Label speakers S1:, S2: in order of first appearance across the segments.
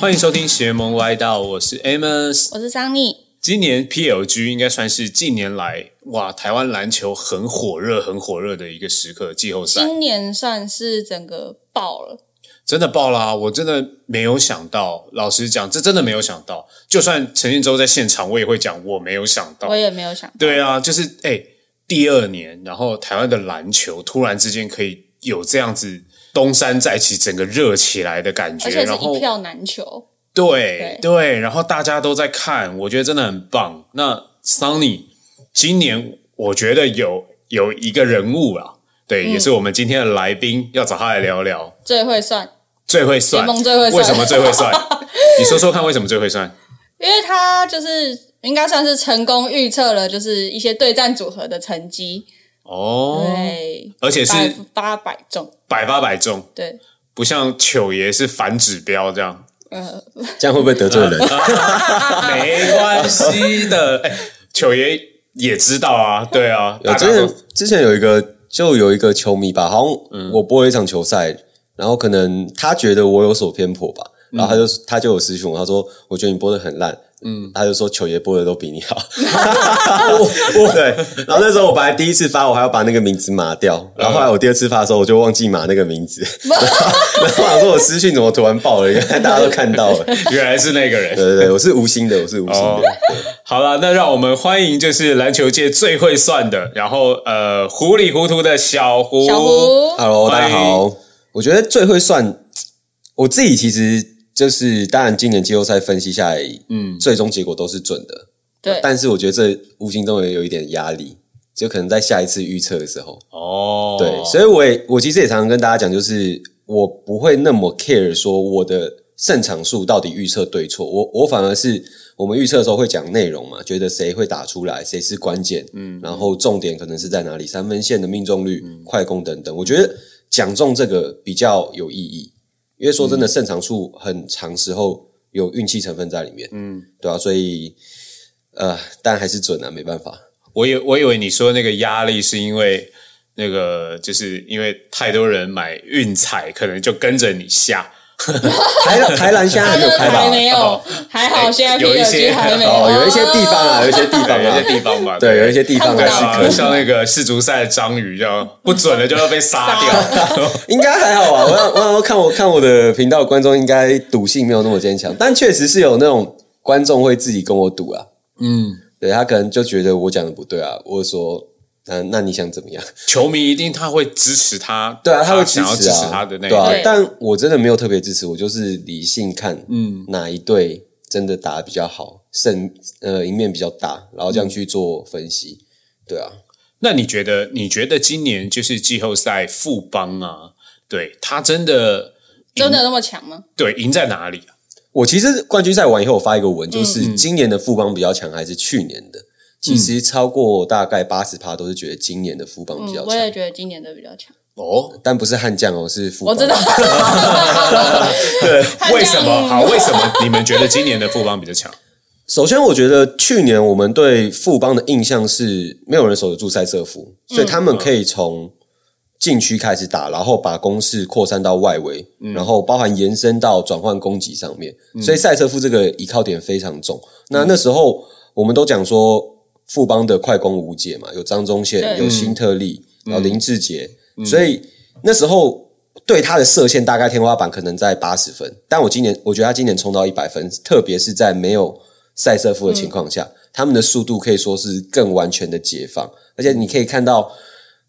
S1: 欢迎收听邪门歪道，我是 Amos。
S2: 我是桑尼，
S1: 今年 PLG 应该算是近年来哇，台湾篮球很火热、很火热的一个时刻，季后赛
S2: 今年算是整个爆了，
S1: 真的爆啦、我真的没有想到，老实讲，这真的没有想到。就算陈建州在现场，我也会讲我没有想到
S2: 我。也没有想到，
S1: 对啊，就是哎、第二年，然后台湾的篮球突然之间可以有这样子东山再起，整个热起来的感觉，
S2: 而且是
S1: 然后
S2: 一票难求。
S1: 对
S2: 对
S1: 对，然后大家都在看，我觉得真的很棒。那 Sunny 今年我觉得有有一个人物啊，
S2: 嗯
S1: 对，也是我们今天的来宾，要找他来聊聊。
S2: 最会算，
S1: 最会算，
S2: 联盟最会算
S1: 为什么最会 算？你说说看，为什么最会算？
S2: 因为他就是应该算是成功预测了，就是一些对战组合的成绩，
S1: 哦，
S2: 对，
S1: 而且
S2: 嗯百
S1: 是
S2: 八百中，
S1: 百发百中，
S2: 对，
S1: 不像糗爷是反指标这 样。
S2: 呃，
S3: 这样会不会得罪人？
S1: 没关系的，哎，糗爷也知道啊，对啊，
S3: 有
S1: 大家
S3: 之
S1: 都
S3: 前之前有一个就有一个球迷吧，好像我播了一场球赛，然后可能他觉得我有所偏颇吧，然后他就他就有私讯我，他说我觉得你播的很烂，嗯，他就说球爷播的都比你好， 我我对，然后那时候我本来第一次发我还要把那个名字码掉，然后后来我第二次发的时候我就忘记码那个名字， 然后然后我想说我私讯怎么突然爆了，原来大家都看到了，
S1: 原来是那个人
S3: 对。对对，我是无心的，我是无心
S1: 哦
S3: 的，
S1: 好了，那让我们欢迎就是篮球界最会算的，然后呃糊里糊涂的小胡。
S2: 小胡，
S3: Hello，
S1: 欢
S3: 大
S1: 迎
S3: 家哦好。我觉得最会算，我自己其实就是，当然今年季后赛分析下来，嗯，最终结果都是准的。
S2: 对，
S3: 但是我觉得这无形中也有一点压力，就可能在下一次预测的时候，
S1: 哦，
S3: 对。所以我也我其实也常常跟大家讲，就是我不会那么 care 说我的胜场数到底预测对错，我我反而是。我们预测的时候会讲内容嘛，觉得谁会打出来，谁是关键，嗯，然后重点可能是在哪里，三分线的命中率、快攻等等。我觉得讲中这个比较有意义，因为说真的，胜场数很长时候有运气成分在里面，嗯，对啊，所以呃，但还是准啊，没办 法。
S1: 我以我以为你说那个压力是因为那个，就是因为太多人买运彩，可能就跟着你下。
S3: 台台篮现在还没有开
S2: 还
S3: 吧？哎
S2: 没有
S1: 哦，
S2: 还好现在
S1: 有一些
S2: PLG 还没
S3: 哦，有一些地方啊，有一些地方
S1: 对，有些
S3: 啊，
S1: 地方嘛，
S3: 对，有一些地方
S1: 对
S3: 还是
S1: 啊，
S3: 可以，
S1: 像那个世足赛的章鱼这样，不准了就要被杀
S3: 啊
S1: 掉。
S3: 应该还好吧。我想，我想说看我看我的频道的观众应该赌性没有那么坚强，但确实是有那种观众会自己跟我赌啊。
S1: 嗯，
S3: 对他可能就觉得我讲的不对啊，我说，嗯，那你想怎么样？
S1: 球迷一定他会支持他，
S3: 对啊，他会支持
S1: 想
S3: 啊，
S1: 要支持他的那
S3: 对
S1: 个
S3: 啊
S2: 对。
S3: 但我真的没有特别支持，我就是理性看，嗯，哪一队真的打得比较好，胜呃赢面比较大，然后这样去做分析。对啊，
S1: 那你觉得？你觉得今年就是季后赛富邦啊？对他真的
S2: 真的那么强吗？
S1: 对赢在哪里啊？
S3: 我其实冠军赛完以后，我发一个
S2: 嗯
S3: 文，就是今年的富邦比较强还是去年的？其
S2: 嗯
S3: 实超过大概八十趴都是觉得今年的富邦比较
S2: 嗯，
S3: 强
S2: 我，也觉得今年的比较强，
S1: 哦，
S3: 但不是悍将哦，是富
S2: 我
S3: 邦。
S2: 知道，对
S1: 为什么？好，为什么你们觉得今年的富邦比较 强？
S3: 首先，我觉得去年我们对富邦的印象是没有人守得住塞瑟夫，所以他们可以从禁区开始打，然后把攻势扩散到外围，然后包含延伸到转换攻击上面。所以塞瑟夫这个依靠点非常重。那那时候我们都讲说富邦的快攻无解嘛，有张宗宪，
S2: 对
S3: 有辛特利，然后林志杰，所以那时候对他的射线大概天花板可能在八十分，但我今年我觉得他今年冲到一百分，特别是在没有塞瑟夫的情况下，他们的速度可以说是更完全的解放，而且你可以看到，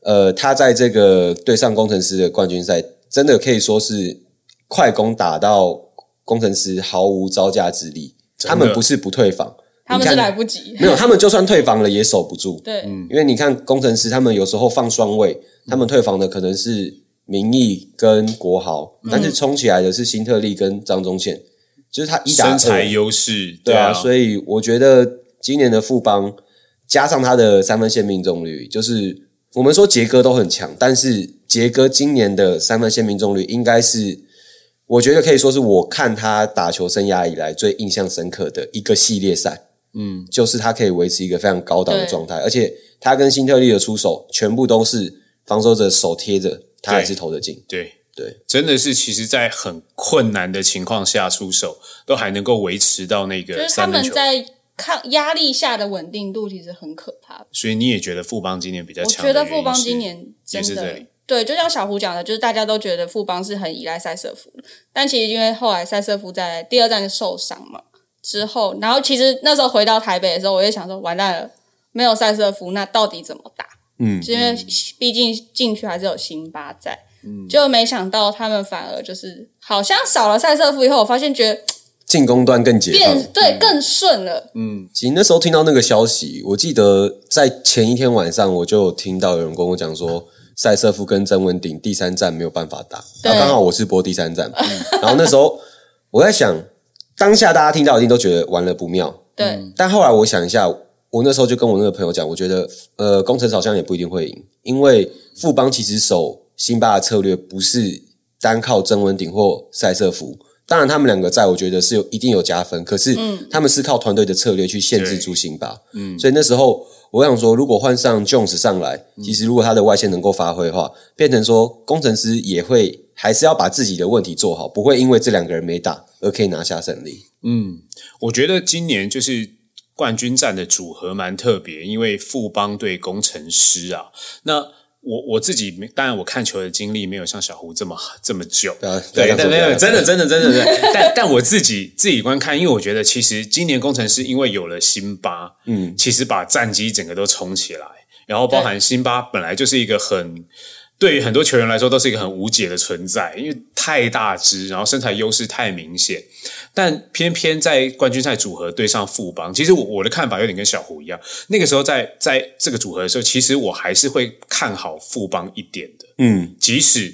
S3: 呃，他在这个对上工程师的冠军赛，真的可以说是快攻打到工程师毫无招架之力，
S1: 的
S3: 他们不是不退防，
S2: 他们
S3: 你
S2: 是
S3: 看
S2: 来不及，
S3: 没有，他们就算退防了也守不住。
S2: 对，
S3: 因为你看工程师他们有时候放双位，他们退防的可能是明义跟国豪，但是冲起来的是辛特利跟张宗宪，就是他一打
S1: 身材
S3: 二，
S1: 优势，
S3: 对
S1: 啊，
S3: 啊，所以我觉得今年的富邦加上他的三分线命中率，就是我们说杰哥都很强，但是杰哥今年的三分线命中率应该是。我觉得可以说是我看他打球生涯以来最印象深刻的一个系列赛，嗯，就是他可以维持一个非常高档的
S2: 对
S3: 状态，而且他跟辛特利的出手全部都是防守者手贴着，他还是投得进。
S1: 对
S3: 对，
S1: 真的是其实，在很困难的情况下出手，都还能够维持到那
S2: 就
S1: 个
S2: 是他
S1: 三分
S2: 们
S1: 球。
S2: 在抗压力下的稳定度其实很可怕。
S1: 所以你也觉得富邦今年比较
S2: 我
S1: 强？
S2: 觉得富邦今年
S1: 也
S2: 真
S1: 是这
S2: 的
S1: 里
S2: 对，就像小胡讲的，就是大家都觉得富邦是很依赖塞瑟夫，但其实因为后来塞瑟夫在第二站受伤嘛，之后，然后其实那时候回到台北的时候，我就想说，完蛋了，没有塞瑟夫，那到底怎么打？
S3: 嗯，
S2: 是因为毕竟禁区还是有辛巴在，
S1: 嗯
S2: 就没想到他们反而就是好像少了塞瑟夫以后，我发现觉得
S3: 进攻端更解
S1: 嗯
S3: 放
S2: 变。对更顺了，
S3: 其实那时候听到那个消息，我记得在前一天晚上，我就有听到有人跟我讲说，塞瑟夫跟曾文鼎第三站没有办法打。
S2: 对
S3: 那刚好我是播第三站嘛，嗯然后那时候我在想，当下大家听到一定都觉得完了不妙，
S2: 对、
S3: 但后来我想一下，我那时候就跟我那个朋友讲，我觉得呃，工程好像也不一定会赢，因为富邦其实守辛巴的策略不是单靠曾文鼎或塞瑟夫。当然，他们两个在我觉得是有一定有加分，可是
S1: 嗯
S3: 他们是靠团队的策略去限制住辛巴。嗯，所以那时候我想说，如果换上 Jones 上来，
S1: 嗯
S3: 其实如果他的外线能够发挥的话，变成说工程师也会还是要把自己的问题做好，不会因为这两个人没打而可以拿下胜利。
S1: 嗯我觉得今年就是冠军战的组合蛮特别，因为富邦对工程师啊，那我我自己没当然我看球的经历没有像小胡这么这么久，
S3: 对啊
S1: 对，
S3: 不要
S1: 但没
S3: 这样说不
S1: 有
S3: 要
S1: 真的真的真的真的， 但但我自己自己观看，因为我觉得其实今年工程师因为有了辛巴，嗯，其实把战绩整个都冲起来，然后包含辛巴本来就是一个很。对于很多球员来说，都是一个很无解的存在，因为太大只，然后身材优势太明显。但偏偏在冠军赛组合对上富邦，其实我我的看法有点跟小胡一样。那个时候在在这个组合的时候，其实我还是会看好富邦一点的。
S3: 嗯，
S1: 即使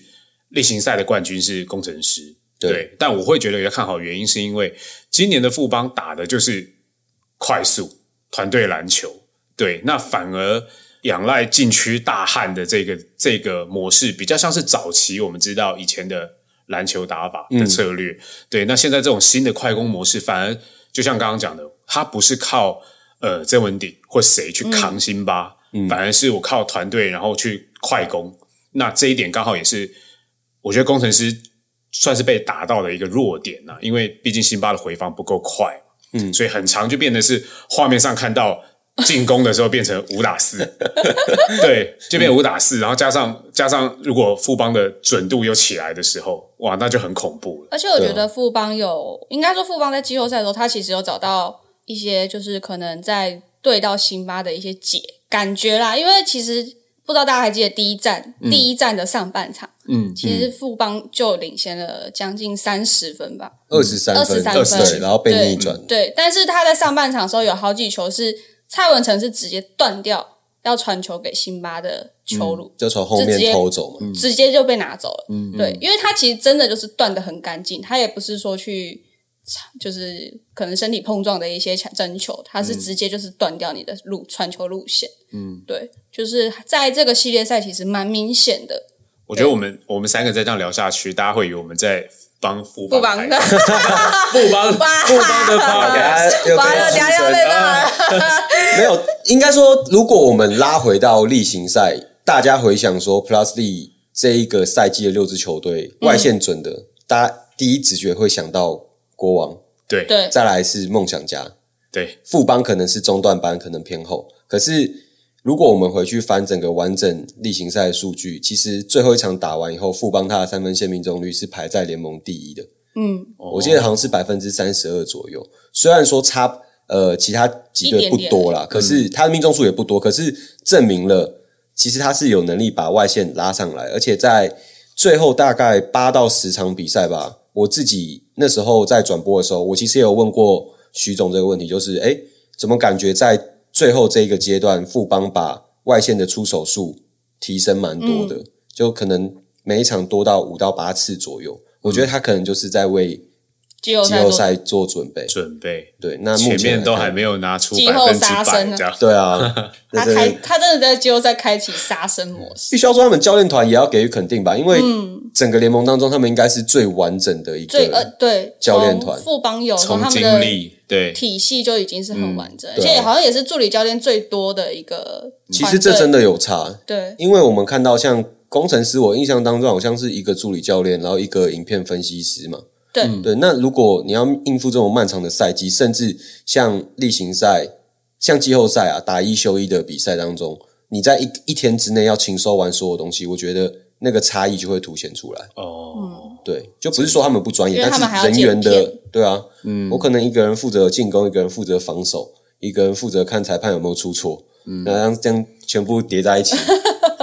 S1: 例行赛的冠军是工程师，
S3: 对
S1: 但我会觉得要看好，原因是因为今年的富邦打的就是快速团队篮球，对，那反而仰赖禁区大汉的这个这个模式，比较像是早期我们知道以前的篮球打法的策略，对，那现在这种新的快攻模式，反而就像刚刚讲的，它不是靠呃曾文鼎或谁去扛辛巴，反而是我靠团队，然后去快攻。那这一点刚好也是我觉得工程师算是被打到的一个弱点呐、因为毕竟辛巴的回防不够快，嗯，所以很长就变得是画面上看到进攻的时候变成五打 四，对，就变五打四，然后加上加上如果富邦的准度又起来的时候，哇，那就很恐怖了，
S2: 而且我觉得富邦有，应该说富邦在季后赛的时候，他其实有找到一些就是可能在对到辛巴的一些解感觉啦，因为其实不知道大家还记得第一站，第一站的上半场，
S1: 嗯，
S2: 其实富邦就领先了将近三十分吧，
S3: 二十三分，
S2: 23
S1: 分
S3: 对，然后被逆转，
S2: 对，但是他在上半场的时候有好几球是蔡文成是直接断掉要传球给辛巴的球路，
S3: 就嗯从后面偷走嘛。
S2: 直接就被拿走了。对，因为他其实真的就是断的很干净，他也不是说去就是可能身体碰撞的一些抢争球，他是直接就是断掉你的路传球路线。嗯，对，就是在这个系列赛其实蛮明显的，
S1: 我觉得我们我们三个再这样聊下去，大家会以为我们在帮富邦
S2: 不帮
S1: 开
S2: 的，
S1: 富 邦
S2: 哇
S1: 富邦的 podcast。
S3: 又
S2: 完了，
S3: 被
S2: 等一下要被骂了。
S3: 没有，应该说，如果我们拉回到例行赛，大家回想说 Plus D 这一个赛季的六支球队，外线准的，大家第一直觉会想到国王，
S1: 对
S2: 对，
S3: 再来是梦想家，
S1: 对，
S3: 副帮可能是中段班，可能偏后。可是如果我们回去翻整个完整例行赛的数据，其实最后一场打完以后，富邦他的三分线命中率是排在联盟第一的。
S2: 嗯，
S3: 我记得好像是百分之三十二左右。虽然说差呃其他几队不多啦，可是他的命中数也不多，可是证明了其实他是有能力把外线拉上来，而且在最后大概八到十场比赛吧，我自己那时候在转播的时候，我其实也有问过徐总这个问题，就是诶、怎么感觉在最后这一个阶段，富邦把外线的出手数提升蛮多
S1: 嗯
S3: 的，就可能每一场多到五到八次左
S1: 嗯
S3: 右。我觉得他可能就是在为
S2: 季后
S3: 季
S2: 赛
S3: 后
S2: 做
S3: 赛做准备。
S1: 准备
S3: 对，那目前
S1: 前面都
S3: 来
S1: 还
S3: 看
S1: 没有拿出
S2: 季
S1: 百
S2: 后
S1: 分之
S2: 杀
S1: 百
S2: 生啊
S1: 这样。
S3: 对 啊，那
S2: 他
S3: 真
S2: 开
S3: 的
S2: 他真的在季后赛开启杀生模式，
S3: 必须要说他们教练团也要给予肯定吧，因为
S1: 嗯
S3: 整个联盟当中，他们应该是最完整的一
S2: 最呃
S3: 个。
S2: 对
S3: 教练团
S2: 从富邦有从
S1: 从
S2: 他们
S1: 经
S2: 的嗯
S1: 历，对，
S2: 体系就已经是很完整，而
S3: 对嗯
S2: 且
S3: 啊
S2: 好像也是助理教练最多的一个团队。
S3: 其实这真的有差，
S2: 对
S3: 因为我们看到像工程师我印象当中好像是一个助理教练，然后一个影片分析师嘛。
S2: 对
S3: 对，那如果你要应付这种漫长的赛季，甚至像例行赛、像季后赛啊，打一休一的比赛当中，你在一一天之内要勤收完所有东西，我觉得那个差异就会凸显出来。
S1: 哦，
S3: 对，就不是说他们不专业，
S2: 因为他们
S3: 但
S2: 还要
S3: 是人员
S2: 剪
S3: 的
S2: 片
S3: 对啊，嗯，我可能一个人负责进攻，一个人负责防守，一个人负责看裁判有没有出错，嗯，那这样这样全部叠在一起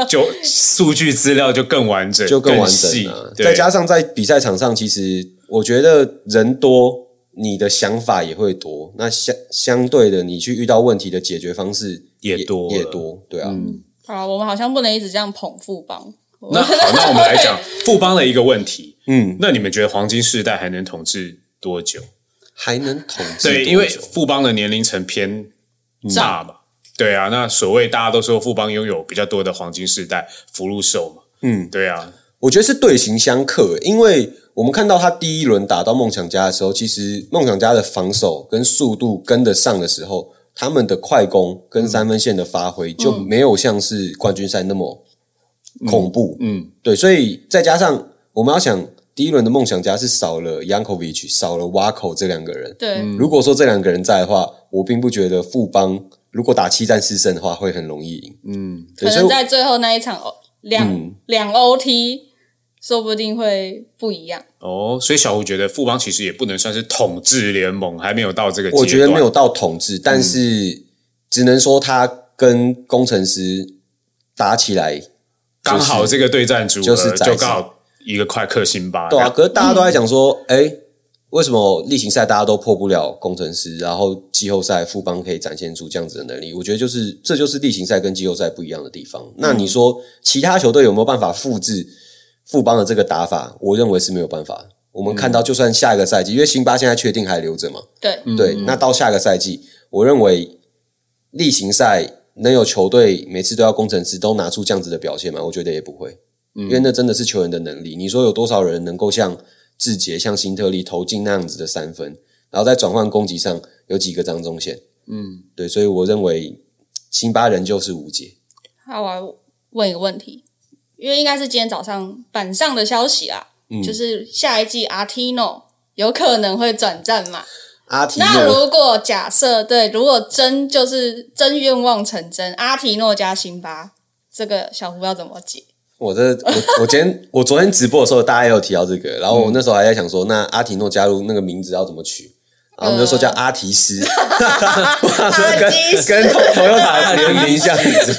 S1: 就数据资料就更完整，
S3: 就
S1: 更
S3: 完整
S1: 细
S3: 了、啊。
S1: 对
S3: 再加上在比赛场上，其实我觉得人多，你的想法也会多，那相相对的，你去遇到问题的解决方式
S1: 也多了
S3: 也多，对啊，
S2: 好啦，我们好像不能一直这样捧富邦。
S1: 那好，那我们来讲富邦的一个问题。
S3: 嗯，
S1: 那你们觉得黄金世代还能统治多久？
S3: 还能统治
S1: 对，
S3: 多
S1: 因为
S3: 久
S1: 富邦的年龄层偏大嘛。对啊，那所谓大家都说富邦拥有比较多的黄金世代福禄寿嘛。
S3: 嗯，
S1: 对啊，
S3: 我觉得是队形相克，因为我们看到他第一轮打到梦想家的时候，其实梦想家的防守跟速度跟得上的时候，他们的快攻跟三分线的发挥就没有像是冠军赛那么恐怖。
S1: 嗯，
S3: 对，所以再加上我们要想，第一轮的梦想家是少了 Yankovic，少了 w a k o 这两个人。
S2: 对，
S1: 嗯
S3: 如果说这两个人在的话，我并不觉得富邦如果打七战四胜的话会很容易赢。嗯，
S2: 可
S3: 对，所以
S2: 能
S3: 我嗯
S2: 在最后那一场哦两两 OT，说不定会不一样。
S1: 哦，所以小胡觉得富邦其实也不能算是统治联盟，还没有到这个阶段。嗯
S3: 我觉得没有到统治，但是只能说他跟工程师打起来，
S1: 刚好这个对战组合
S3: 就是宰制
S1: 就刚好一个快克辛巴，
S3: 对啊。可是大家都在讲说，哎、为什么例行赛大家都破不了工程师，然后季后赛富邦可以展现出这样子的能力？我觉得就是这就是例行赛跟季后赛不一样的地方。那
S1: 嗯
S3: 你说其他球队有没有办法复制富邦的这个打法？我认为是没有办法的。我们
S1: 嗯
S3: 看到，就算下一个赛季，因为辛巴现在确定还留着嘛，
S2: 对，
S3: 对，那到下个赛季，我认为例行赛能有球队每次都要工程师都拿出这样子的表现吗？我觉得也不会，
S2: 嗯
S3: 因为那真的是球员的能力。你说有多少人能够像志杰、像辛特利投进那样子的三分，然后在转换攻击上有几个张忠宪？嗯，对，所以我认为辛巴人就是无解。
S2: 好，我要问一个问题，因为应该是今天早上板上的消息啦，
S3: 嗯
S2: 就是下一季 Artino 有可能会转战嘛？
S3: 阿提
S2: 那
S3: 诺
S2: 如果假设对，如果真就是真愿望成真，阿提诺加辛巴，这个小胡要怎么 解？
S3: 我这我我今天我昨天直播的时候，大家也有提到这个，然后
S2: 嗯
S3: 我那时候还在想说，那阿提诺加入那个名字要怎么取？然后我们就
S2: 嗯
S3: 说叫阿提斯，
S2: 阿
S3: 我想说
S2: 提斯
S3: 跟跟头头又打联名一下名字，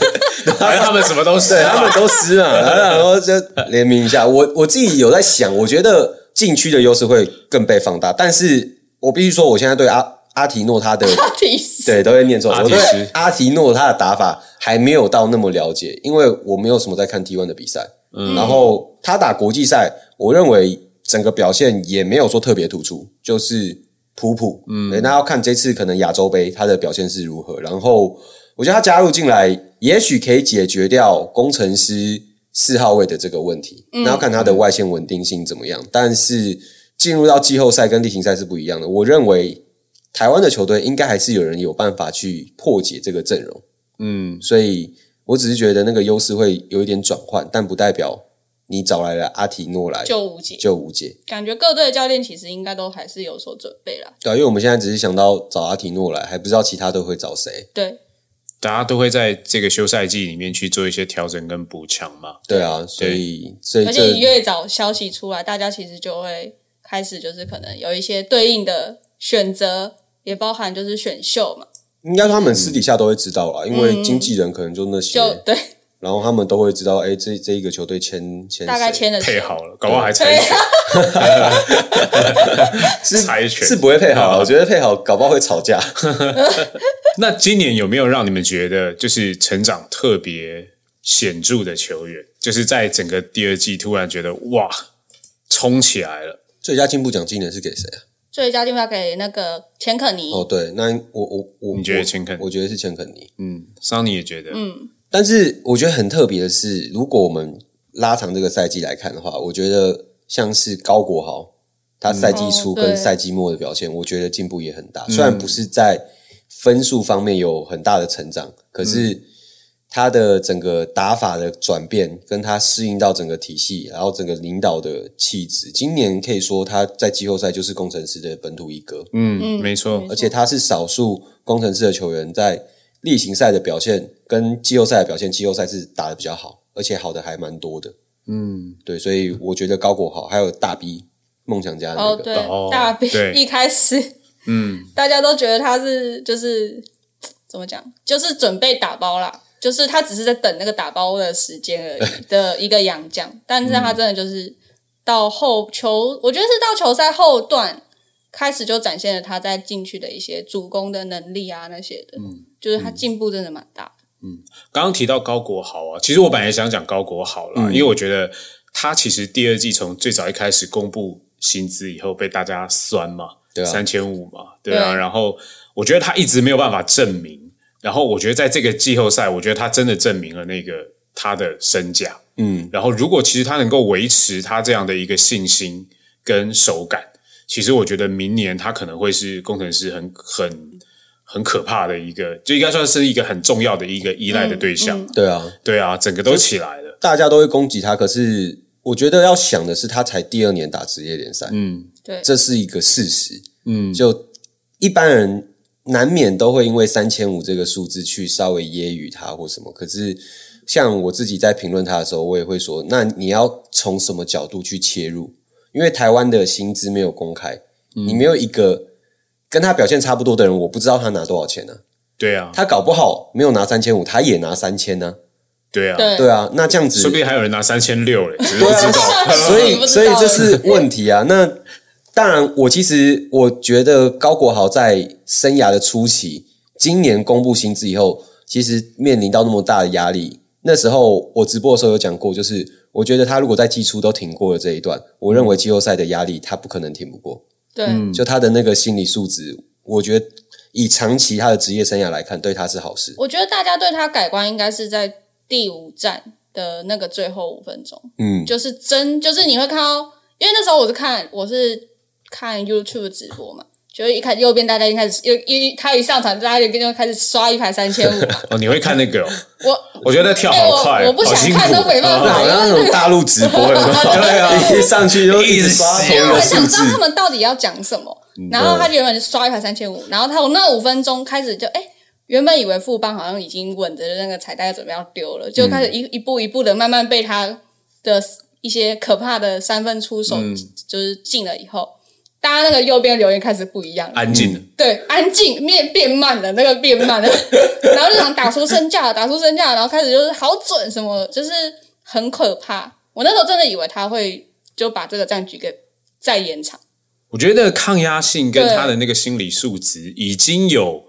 S1: 好像他们什么都是
S3: 对他们都斯啊，然后就联名一下。我我自己有在想，我觉得禁区的优势会更被放大，但是我必须说，我现在对阿阿提诺他的
S2: 阿提斯
S3: 对，都会念错。
S1: 阿
S3: 我
S1: 提
S3: 对
S1: 斯
S3: 阿提诺他的打法还没有到那么了解，因为我没有什么在看 T1 的比赛。
S1: 嗯
S3: 然后他打国际赛，我认为整个表现也没有说特别突出，就是普普。嗯，那要看这次可能亚洲杯他的表现是如何。然后我觉得他加入进来，也许可以解决掉工程师四号位的这个问题。那要看他的外线稳定性怎么样。但是进入到季后赛跟例行赛是不一样的，我认为台湾的球队应该还是有人有办法去破解这个阵容，
S1: 嗯，
S3: 所以我只是觉得那个优势会有一点转换，但不代表你找来了阿提诺来
S2: 就无解，
S3: 就无解。
S2: 感觉各队的教练其实应该都还是有所准备啦。
S3: 对啊、因为我们现在只是想到找阿提诺来，还不知道其他队会找谁。
S2: 对，
S1: 大家都会在这个休赛季里面去做一些调整跟补强嘛。
S3: 对啊，所以所以
S2: 而且
S3: 这
S2: 越早消息出来，大家其实就会开始就是可能有一些对应的选择，也包含就是选秀嘛，
S3: 应该他们私底下都会知道啦，因为经纪人可能就那
S2: 嗯
S3: 些，
S2: 就对，
S3: 然后他们都会知道，哎，这这一个球队签签
S2: 大概
S3: 谁
S2: 签了
S1: 配
S2: 谁
S1: 好了， 搞不好还猜拳，
S3: 是
S1: 猜拳
S3: 是不会配好啊，我觉得配好搞不好会吵架。
S1: 那今年有没有让你们觉得就是成长特别显著的球员？就是在整个第二季突然觉得哇，冲起来了。
S3: 最佳进步奖今年是给谁啊？
S2: 最佳进要给那个钱可尼，
S3: 哦，对，那我我我，
S1: 你觉得
S3: 我
S1: 钱肯尼
S3: 我觉得是钱肯尼。
S1: 嗯，桑尼也觉得，嗯，
S3: 但是我觉得很特别的是，如果我们拉长这个赛季来看的话，我觉得像是高国豪，
S1: 嗯
S3: 他赛季初
S2: 哦对
S3: 跟赛季末的表现，我觉得进步也
S1: 嗯嗯
S3: 很大。虽然不是在分数方面有很大的成长，可是他的整个打法的转变，跟他适应到整个体系，然后整个领导的气质，今年可以说他在季后赛就是工程师的本土一哥，
S1: 嗯，没错
S2: 没，
S3: 而且他是少数工程师的球员在例行赛的表现跟季后赛的表现，季后赛是打的比较好，而且好的还蛮多的。嗯，对，所以我觉得高国豪还有大 B 梦想家的那
S2: 哦，
S3: 个，
S2: 对
S1: 哦，
S2: 大兵
S1: 对
S2: 一开始，
S1: 嗯，
S2: 大家都觉得他是就是怎么讲，就是准备打包啦，就是他只是在等那个打包的时间而已的一个洋将，但是他真的就是到后球，我觉得是到球赛后段开始就展现了他在禁区的一些主攻的能力啊那些的，就是他进步真的蛮大的。
S1: 刚刚提到高国豪啊，其实我本来想讲高国豪啦，因为我觉得他其实第二季从最早一开始公布薪资以后被大家酸嘛，
S3: 对啊
S1: 三千五嘛，对啊，
S2: 对
S1: 然后我觉得他一直没有办法证明，然后我觉得在这个季后赛，我觉得他真的证明了那个他的身价，
S3: 嗯，
S1: 然后如果其实他能够维持他这样的一个信心跟手感，其实我觉得明年他可能会是工程师很很很可怕的一个，就应该算是一个很重要的一个依赖的对象。
S3: 对啊，
S1: 对啊，整个都起来了。
S3: 大家都会攻击他，可是我觉得要想的是，他才第二年打职业联赛，
S1: 嗯
S2: 对，
S3: 这是一个事实。
S1: 嗯，
S3: 就一般人难免都会因为三千五这个数字去稍微揶揄他或什么，可是像我自己在评论他的时候，我也会说，那你要从什么角度去切入？因为台湾的薪资没有公开，你没有一个跟他表现差不多的人，我不知道他拿多少钱呢、
S1: 对啊，
S3: 他搞不好没有拿三千五，他也拿三千呢。
S1: 对啊，
S2: 对
S3: 对啊，那这样子
S1: 说不定还有人拿三千六嘞，只是不知 道。
S3: 所
S2: 你不
S3: 以，
S2: 知道
S3: 所以这是问题啊。那当然，我其实我觉得高国豪在生涯的初期，今年公布薪资以后，其实面临到那么大的压力。那时候我直播的时候有讲过，就是我觉得他如果在季初都挺过了这一段，我认为季后赛的压力他不可能挺不过。
S2: 对，
S3: 就他的那个心理素质，我觉得以长期他的职业生涯来看，对他是好事。
S2: 我觉得大家对他改观应该是在第五站的那个最后五分钟。
S3: 嗯，
S2: 就是真，就是你会看到，因为那时候我是看我是看 YouTube 直播嘛，就是一看右边大家一开始又一他一上场，大家就跟就开始刷一排三千五，
S1: 哦，你会看那个、哦？
S2: 我
S1: 我觉得那跳
S2: 哎、
S1: 好快，
S2: 我我不
S1: 好辛
S2: 想
S1: 苦。啊
S2: 看都没办
S3: 那
S2: 法，
S3: 好
S2: 因为
S3: 像那种大陆直播 有没有，
S1: 对啊，
S3: 一上去就一直刷
S1: 一直
S3: 同
S1: 写
S2: 因为
S3: 一
S2: 我
S3: 个
S2: 很
S3: 数
S2: 想知
S3: 字
S2: 道。他们到底要讲什么。然后他原本就刷一排三千五，然后他我那五分钟开始就哎、原本以为富邦好像已经稳着那个彩带准备要丢了，就开始一、一步一步的慢慢被他的一些可怕的三分出手、就是进了以后，大家那个右边留言开始不一样了。
S1: 安静了。
S2: 对，安静面变慢了，那个变慢了，然后就想打出身价，打出身价，然后开始就是好准什么，就是很可怕。我那时候真的以为他会就把这个战局给再延长，
S1: 我觉得那个抗压性跟
S2: 对
S1: 他的那个心理素质已经有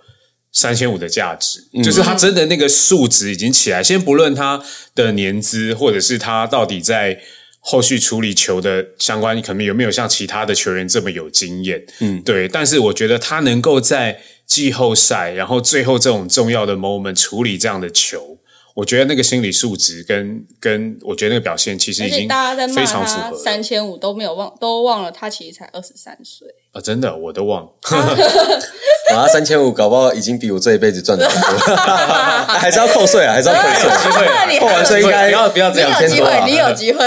S1: 三千五的价值，
S2: 嗯
S1: 就是他真的那个数值已经起来。先不论他的年资，或者是他到底在后续处理球的相关，可能有没有像其他的球员这么有经验，嗯，对。但是我觉得他能够在季后赛，然后最后这种重要的 moment 处理这样的球。我觉得那个心理素质跟跟我觉得那个表现其实
S2: 而
S1: 已
S2: 且
S1: 经
S2: 大家在骂
S1: 非常符合
S2: 他
S1: 了
S2: 三千五都没有忘，都忘了他其实才二十三岁。
S1: 啊！真的，我都忘了。
S3: 啊，三千五搞不好已经比我这一辈子赚的还多，还是要扣税啊，还是要扣税。
S2: 你
S3: 扣完税应该
S1: 不要不要这样
S3: 两千多啊
S2: 有机会，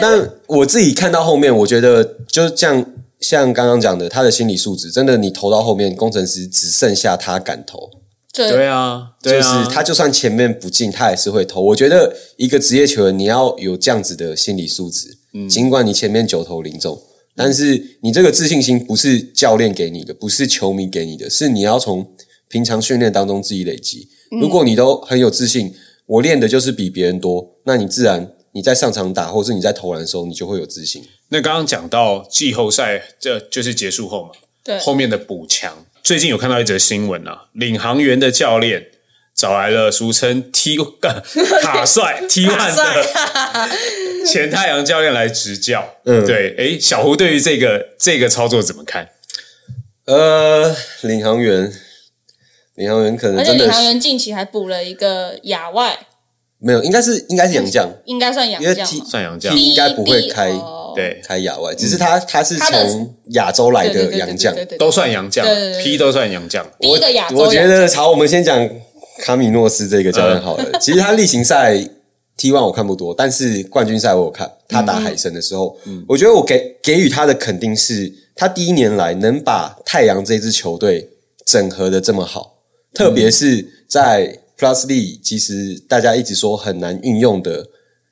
S3: 但我自己看到后面，我觉得就像像刚刚讲的，他的心理素质真的，你投到后面，工程师只剩下他敢投，
S1: 对
S2: 对
S1: 啊，对
S3: 就
S1: 啊，
S3: 是他就算前面不进，他也是会投。我觉得一个职业球员，你要有这样子的心理素质，
S1: 嗯
S3: 尽管你前面九投零中，但是你这个自信心不是教练给你的，不是球迷给你的，是你要从平常训练当中自己累积。
S1: 嗯
S3: 如果你都很有自信，我练的就是比别人多，那你自然你在上场打，或是你在投篮的时候，你就会有自信。
S1: 那刚刚讲到季后赛，这就是结束后嘛，
S2: 对
S1: 后面的补强。最近有看到一则新闻啊，领航员的教练找来了俗称 T 干卡 帅 T one 的 前太阳教练来执教。嗯，对，诶，小胡对于这个这个操作怎么看？
S3: 呃，领航员，领航员可能
S2: 而且
S3: 真
S2: 领
S3: 的
S2: 航
S3: 是
S2: 员近期还补了一个亚外，
S3: 没有，应该是应该是杨将，
S2: 应该算洋
S3: 因为
S2: 将
S3: T
S2: 嘛。
S1: 算洋将
S3: T 应该不会
S2: 第一
S3: 开。
S2: 哦
S1: 对，
S3: 开亚外，只是他他是
S2: 他的
S3: 从亚洲来
S2: 对对
S3: 的
S2: 对对
S3: 洋将
S2: 对。对对
S1: 都算洋将
S2: 对对对
S1: ，P 都算洋将。
S2: 第一个亚洲
S3: 我觉
S2: 洋嗯
S3: 得好，我们先讲卡米诺斯这个教练好了， 其实他例行赛 T one 我看不多，但是冠军赛我有看。他
S2: 嗯
S3: 打海神的时候，我觉得我给给予他的肯定是，他第一年来能把太阳这支球队整合的这么好，特别是在 Plus D，其实大家一直说很难运用的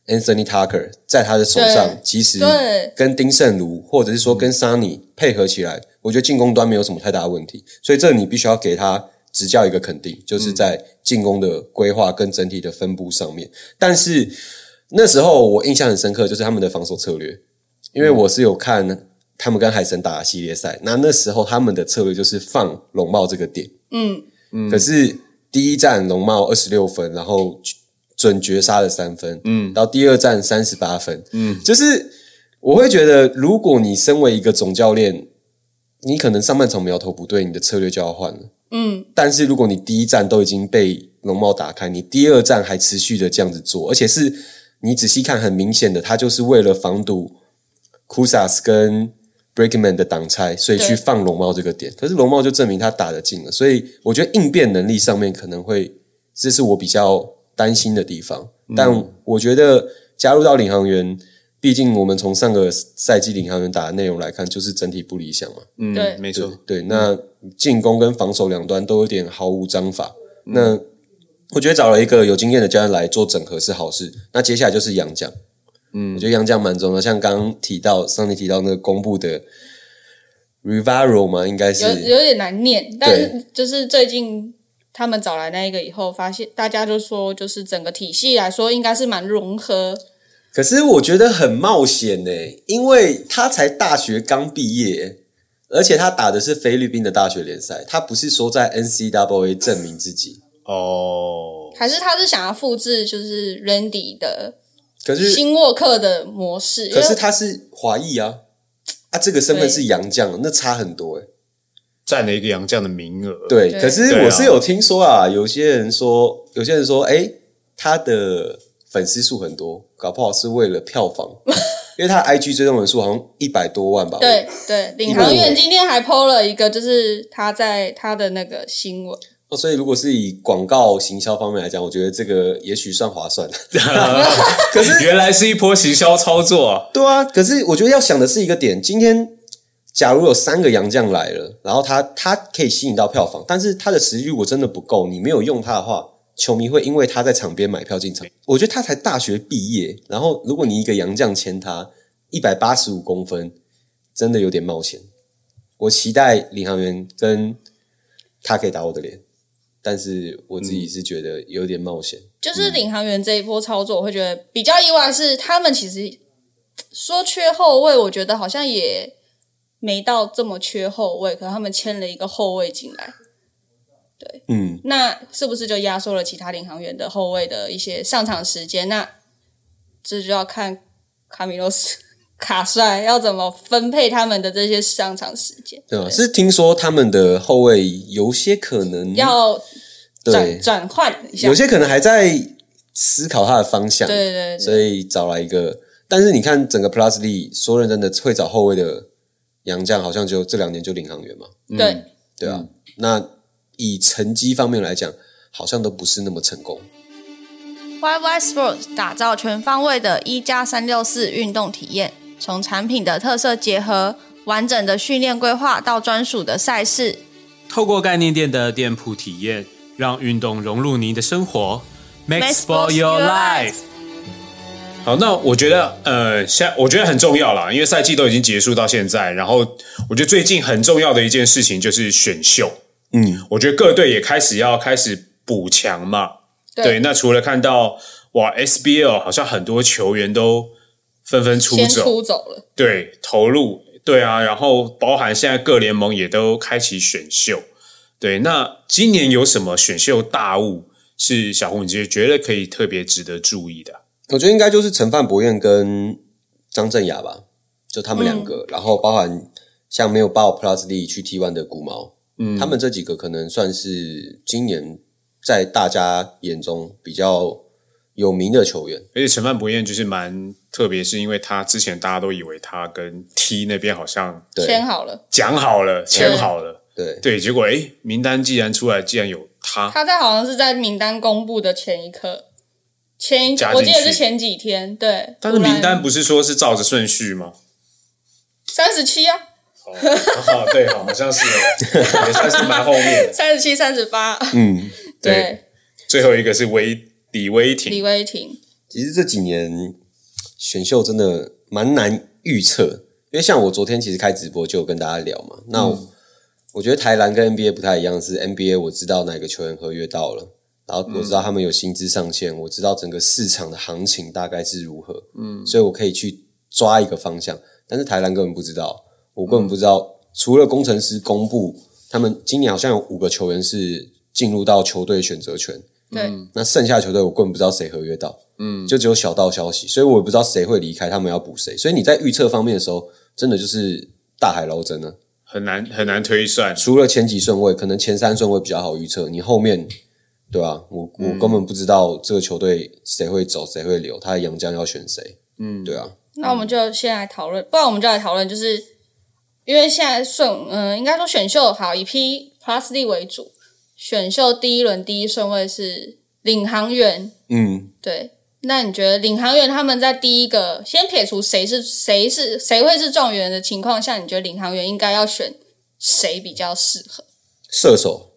S3: Anthony Tucker，在他的手上
S2: 对，
S3: 其实
S2: 对
S3: 跟丁胜儒或者是说跟 Sunny 配合起来，我觉得进攻端没有什么太大的问题，所以这你必须要给他执教一个肯定，就是在进攻的规划跟整体的分布上面。但是那时候我印象很深刻，就是他们的防守策略，因为我是有看他们跟海神打系列赛，那那时候他们的策略就是放龙帽这个点，
S2: 嗯，
S3: 可是第一站龙帽二十六分，然后准绝杀了三分，嗯，到第二站三十八分，嗯，就是我会觉得，如果你身为一个总教练，你可能上半场苗头不对，你的策略就要换了，嗯，但是如果你第一站都已经被龙帽打开，你第二站还持续的这样子做，而且是你仔细看，很明显的，他就是为了防堵 Kusas 跟 Breakman 的挡拆，所以去
S2: 对
S3: 放龙猫这个点。可是龙猫就证明他打得进了，所以我觉得应变能力上面可能会，这是我比较担心的地方。但我觉得加入到领航员，毕竟我们从上个赛季领航员打的内容来看，就是整体不理想嘛。
S1: 嗯，
S2: 对
S1: 没
S3: 对
S1: 错，
S3: 对，那进攻跟防守两端都有点毫无章法。那我觉得找了一个有经验的教练来做整合是好事。那接下来就是杨将，嗯，我觉得杨将蛮重要。像刚刚提到，上帝提到那个公布的 Rivaro 嘛，应该是
S2: 有有点难念，但是就是最近他们找来那一个以后，发现大家就说，就是整个体系来说，应该是蛮融合。
S3: 可是我觉得很冒险呢、因为他才大学刚毕业，而且他打的是菲律宾的大学联赛，他不是说在 NCAA 证明自己。
S1: 哦，
S2: 还是他是想要复制就是 Randy 的
S3: 可是
S2: 新沃克的模式，
S3: 可
S2: 因
S3: 是
S2: 为
S3: 他是华裔啊，啊，这个身份
S2: 对
S3: 是洋将，那差很多哎、
S1: 占了一个洋将的名额，
S3: 对，
S2: 对
S3: 可
S1: 对
S3: 是
S1: 啊
S3: 我是有听说啊，有些人说，有些人说，哎、他的粉丝数很多，搞不好是为了 票房，因为他 IG 追踪人数好像一百多万吧。
S2: 对对，领航员今天还 PO 了一个，就是他在他的那个新闻，
S3: 哦，所以如果是以广告行销方面来讲，我觉得这个也许算 划算。 可是
S1: 原来是一波行销操作啊，
S3: 对啊，可是我觉得要想的是一个点，今天假如有三个洋将来了，然后他他可以吸引到票房，但是他的实力如果真的不够，你没有用他的话，球迷会因为他在场边买票进场。 我觉得他才大学毕业，然后如果你一个洋将签他一百八十五公分，真的有点冒险。我期待领航员跟他可以打我的脸，但是我自己是觉得有点冒险。
S2: 就是领航员这一波操作，我会觉得比较意外是他们其实说缺后卫，我觉得好像也没到这么缺后卫，可他们签了一个后卫进来，
S3: 嗯，
S2: 那是不是就压缩了其他领航员的后卫的一些上场时间？那这就要看卡米洛斯卡帅要怎么分配他们的这些上场时间，
S3: 对啊，是听说他们的后卫有些可能
S2: 要转
S3: 对，
S2: 转换一下
S3: 有。些可能还在思考他的方向，
S2: 对对对
S3: 所以找来一个。但是你看整个 Plus D 说认真的会找后卫的洋将，好像就这两年就领航员嘛，
S2: 对，
S3: 对啊。那以成绩方面来讲，好像都不是那么成功。
S2: YY Sports 打造全方位的一加三六四运动体验，从产品的特色结合、完整的训练规划到专属的赛事，
S4: 透过概念店的店铺体验，让运动融入您的生活。Make
S2: Make
S4: sport
S2: sport
S4: your
S2: your
S4: life
S2: life。
S1: 好，那我觉得，呃，现我觉得很重要啦，因为赛季都已经结束到现在，然后我觉得最近很重要的一件事情就是选秀，
S3: 嗯，
S1: 我觉得各队也开始要开始补强嘛，
S2: 对
S1: 那除了看到哇 SBL 好像很多球员都纷纷出
S2: 先
S1: 走，
S2: 出走了。
S1: 对，投入，对啊，然后包含现在各联盟也都开启选秀，对，那今年有什么选秀大物是小胡你觉觉得可以特别值得注意的？
S3: 我觉得应该就是陈范博彦跟张镇雅吧，就他们两个，然后包含像没有报 Plus D 去 T one 的古毛，
S1: 嗯
S3: 他们这几个可能算是今年在大家眼中比较有名的球员。
S1: 而且陈范博彦就是蛮特别，是因为他之前大家都以为他跟 T 那边好像
S3: 对
S2: 签好了，
S1: 讲好了、签好了，
S3: 对，
S1: 对，结果诶，名单既然出来，既然有他
S2: 他在好像是在名单公布的前一刻，前一
S1: 加
S2: 我
S1: 进
S2: 记
S1: 去
S2: 得是前几天，对。
S1: 但是名单
S2: 不
S1: 不是说是照着顺序吗？
S2: 三十七啊，
S1: 哦，哦对，好像是哦，也算是蛮后面的。
S2: 三十七、三十八，
S3: 嗯，
S1: 对，最后一个是威李威
S2: 李
S1: 廷，
S2: 威霆，
S3: 其实这几年选秀真的蛮难预测，因为像我昨天其实开直播就有跟大家聊嘛，那我,、我觉得台篮跟 NBA 不太一样，是 NBA 我知道哪个球员合约到了。然后我知道他们有薪资上限，我知道整个市场的行情大概是如何，嗯，所以我可以去抓一个方向。但是台篮根本不知道，我根本不知道，除了工程师公布，他们今年好像有五个球员是进入到球队选择权，
S2: 对，
S1: 嗯
S3: 那剩下的球队我根本不知道谁合约到，嗯，就只有小道消息，所以我也不知道谁会离开，他们要补谁。所以你在预测方面的时候，真的就是大海捞针啊。
S1: 很难很难推算。
S3: 除了前几顺位，可能前三顺位比较好预测，你后面，对啊，我我根本不知道这个球队谁会走，谁会留，他的杨将要选谁，嗯，对啊，
S2: 那我们就先来讨论，不然我们就来讨论，就是因为现在顺，嗯、应该说选秀好以 P Plus D 为主，选秀第一轮第一顺位是领航员，
S3: 嗯，
S2: 对。那你觉得领航员他们在第一个先撇除谁是谁是谁会是状元的情况下，你觉得领航员应该要选谁比较适合？
S3: 射手，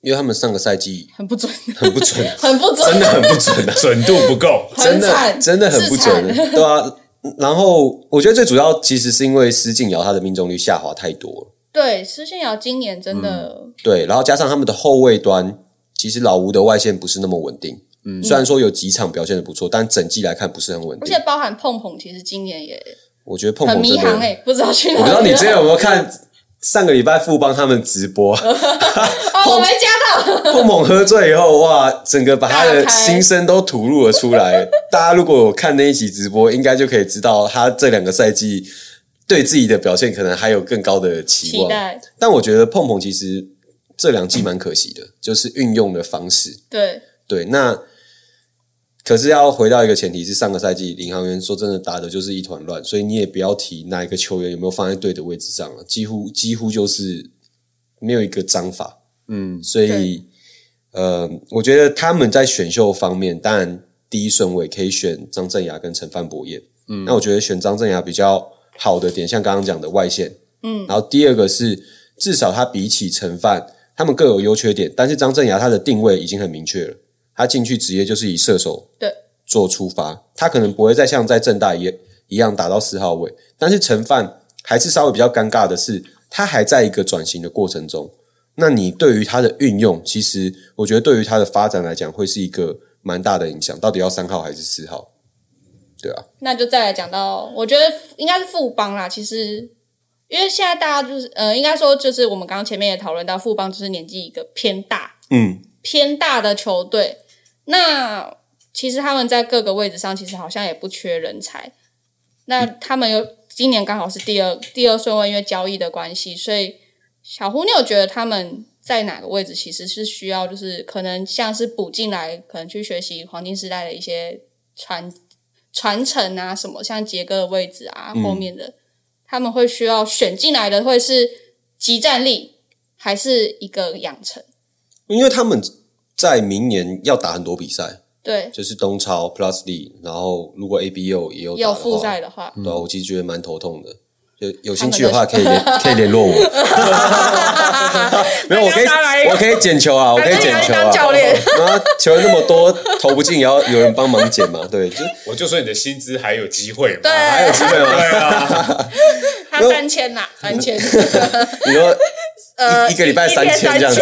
S3: 因为他们上个赛季
S2: 很不准，
S3: 很不准，
S2: 很不准，
S3: 真的很不准啊，
S1: 准度不 够，
S3: 真
S2: 很惨
S3: 的真的很不准，
S2: 是
S3: 对啊。然后我觉得最主要其实是因为施晋尧他的命中率下滑太多了，
S2: 对，施信尧今年真的、
S3: 对，然后加上他们的后卫端，其实老吴的外线不是那么稳定，嗯，虽然说有几场表现的不错，但整季来看不是很稳
S2: 而
S3: 定
S2: 且。包含碰碰，其实今年也
S3: 我觉得碰
S2: 很
S3: 碰真
S2: 迷
S3: 的，
S2: 航哎、不知道去哪里了。
S3: 我不知道你之前有没有看上个礼拜富邦他们直播，
S2: 哦，我没加到。
S3: 碰碰喝醉以后，哇，整个把他
S2: 大
S3: 的
S2: 开
S3: 心声都吐露了出来。大家如果有看那一期直播，应该就可以知道他这两个赛季对自己的表现可能还有更高的期
S2: 期
S3: 望。
S2: 待，
S3: 但我觉得碰碰其实这两季蛮可惜的，就是运用的方式。
S2: 对
S3: 对，那可是要回到一个前提是，上个赛季领航员说真的打的就是一团乱，所以你也不要提哪一个球员有没有放在对的位置上了，几乎几乎就是没有一个章法。嗯，所以
S2: 对
S3: 呃，我觉得他们在选秀方面，当然第一顺位可以选张镇雅跟陈范博彦。嗯，那我觉得选张镇雅比较好的点，像刚刚讲的外线，嗯，然后第二个是至少他比起陈范，他们各有优缺点，但是张镇雅他的定位已经很明确了，他进去职业就是以射手
S2: 对，
S3: 做出发，他可能不会再像在正大一一样打到四号位，但是陈范还是稍微比较尴尬的是，他还在一个转型的过程中。那你对于他的运用，其实我觉得对于他的发展来讲，会是一个蛮大的影响。到底要三号还是四号？对啊，
S2: 那就再来讲到，我觉得应该是富邦啦。其实，因为现在大家就是呃，应该说就是我们刚刚前面也讨论到，富邦就是年纪一个偏大
S3: 嗯，
S2: 偏大的球队。那其实他们在各个位置上，其实好像也不缺人才。那他们有今年刚好是第二第二顺位，因为交易的关系，所以小胡，你有觉得他们在哪个位置其实是需要，就是可能像是补进来，可能去学习黄金时代的一些传传承啊，什么像杰哥的位置啊，后面的、他们会需要选进来的会是集战力，还是一个养成？
S3: 因为他们在明年要打很多比赛，
S2: 对，
S3: 就是东超 Plus D，然后如果 ABO 也有打的
S2: 有
S3: 话
S2: 复赛的话，
S3: 对啊，我其实觉得蛮头痛的。有有兴趣的话，可以 联可以联络我。 没有，我可以
S2: 那大家来一个
S3: 我可以捡球啊，我可以捡球
S2: 当
S3: 啊。
S2: 教练，
S3: 然后球那么多，投不进也要有人帮忙捡嘛。对，就
S1: 我就说你的薪资还有机会嘛。
S2: 对，
S3: 还有机会吗？
S1: 对啊，
S2: 他三千 呐，三千，
S3: 你说
S2: 呃，
S3: 一个礼拜三千这样子，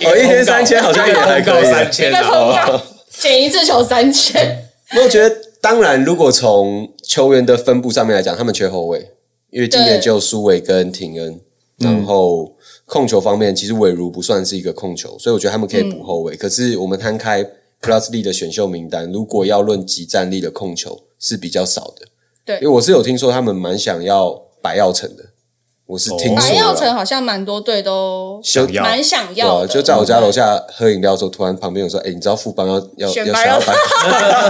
S2: 一
S3: 哦，一天三千好像也还可
S1: 够
S3: 以。
S1: 三千
S2: 个
S1: 啊，
S2: 通告，捡一次球三千，
S3: 那我觉得，当然，如果从球员的分布上面来讲，他们缺后卫，因为今年
S2: 对
S3: 就苏伟跟廷恩，然后控球方面，其实韦如不算是一个控球，所以我觉得他们可以补后卫。可是我们摊开 Plus D 的选秀名单，如果要论集战力的控球是比较少的，
S2: 对
S3: 因为我是有听说他们蛮想要白耀成的，我是听
S1: 哦
S3: 说
S2: 白耀
S3: 啦
S2: 成好像蛮多队都
S3: 想
S1: 要
S2: 蛮想
S3: 对啊
S2: 要的，
S3: 就在我家 楼下喝饮料的时候，突然旁边有说：“哎、你知道富邦要要
S2: 选
S3: 要
S2: 白
S3: 想要
S2: 耀
S3: 白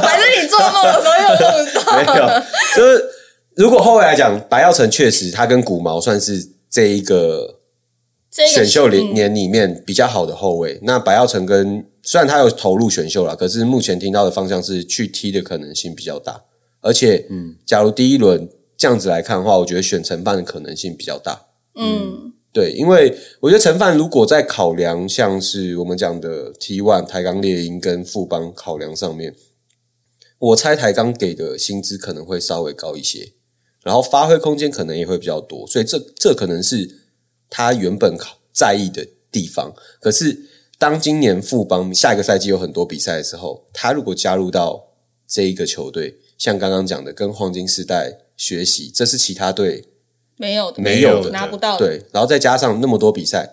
S2: 反正你做梦的时候又录到。
S3: 没有，啊就是如果后卫来讲，白耀成确实他跟古毛算是这一个
S2: 这个
S3: 选秀嗯
S2: 里
S3: 里年里面比较好的后卫。那白耀成跟虽然他有投入选秀啦，可是目前听到的方向是去踢的可能性比较大，而且，嗯，假如第一轮这样子来看的话，我觉得选陈范的可能性比较大。
S2: 嗯
S3: 对，因为我觉得陈范如果在考量像是我们讲的 T One 台钢猎鹰跟富邦考量上面，我猜台钢给的薪资可能会稍微高一些，然后发挥空间可能也会比较多，所以这这可能是他原本考在意的地方。可是当今年富邦下一个赛季有很多比赛的时候，他如果加入到这一个球队，像刚刚讲的跟黄金时代学习，这是其他队
S2: 没有的，
S3: 没
S1: 有的
S2: 拿不到的，
S3: 对，然后再加上那么多比赛，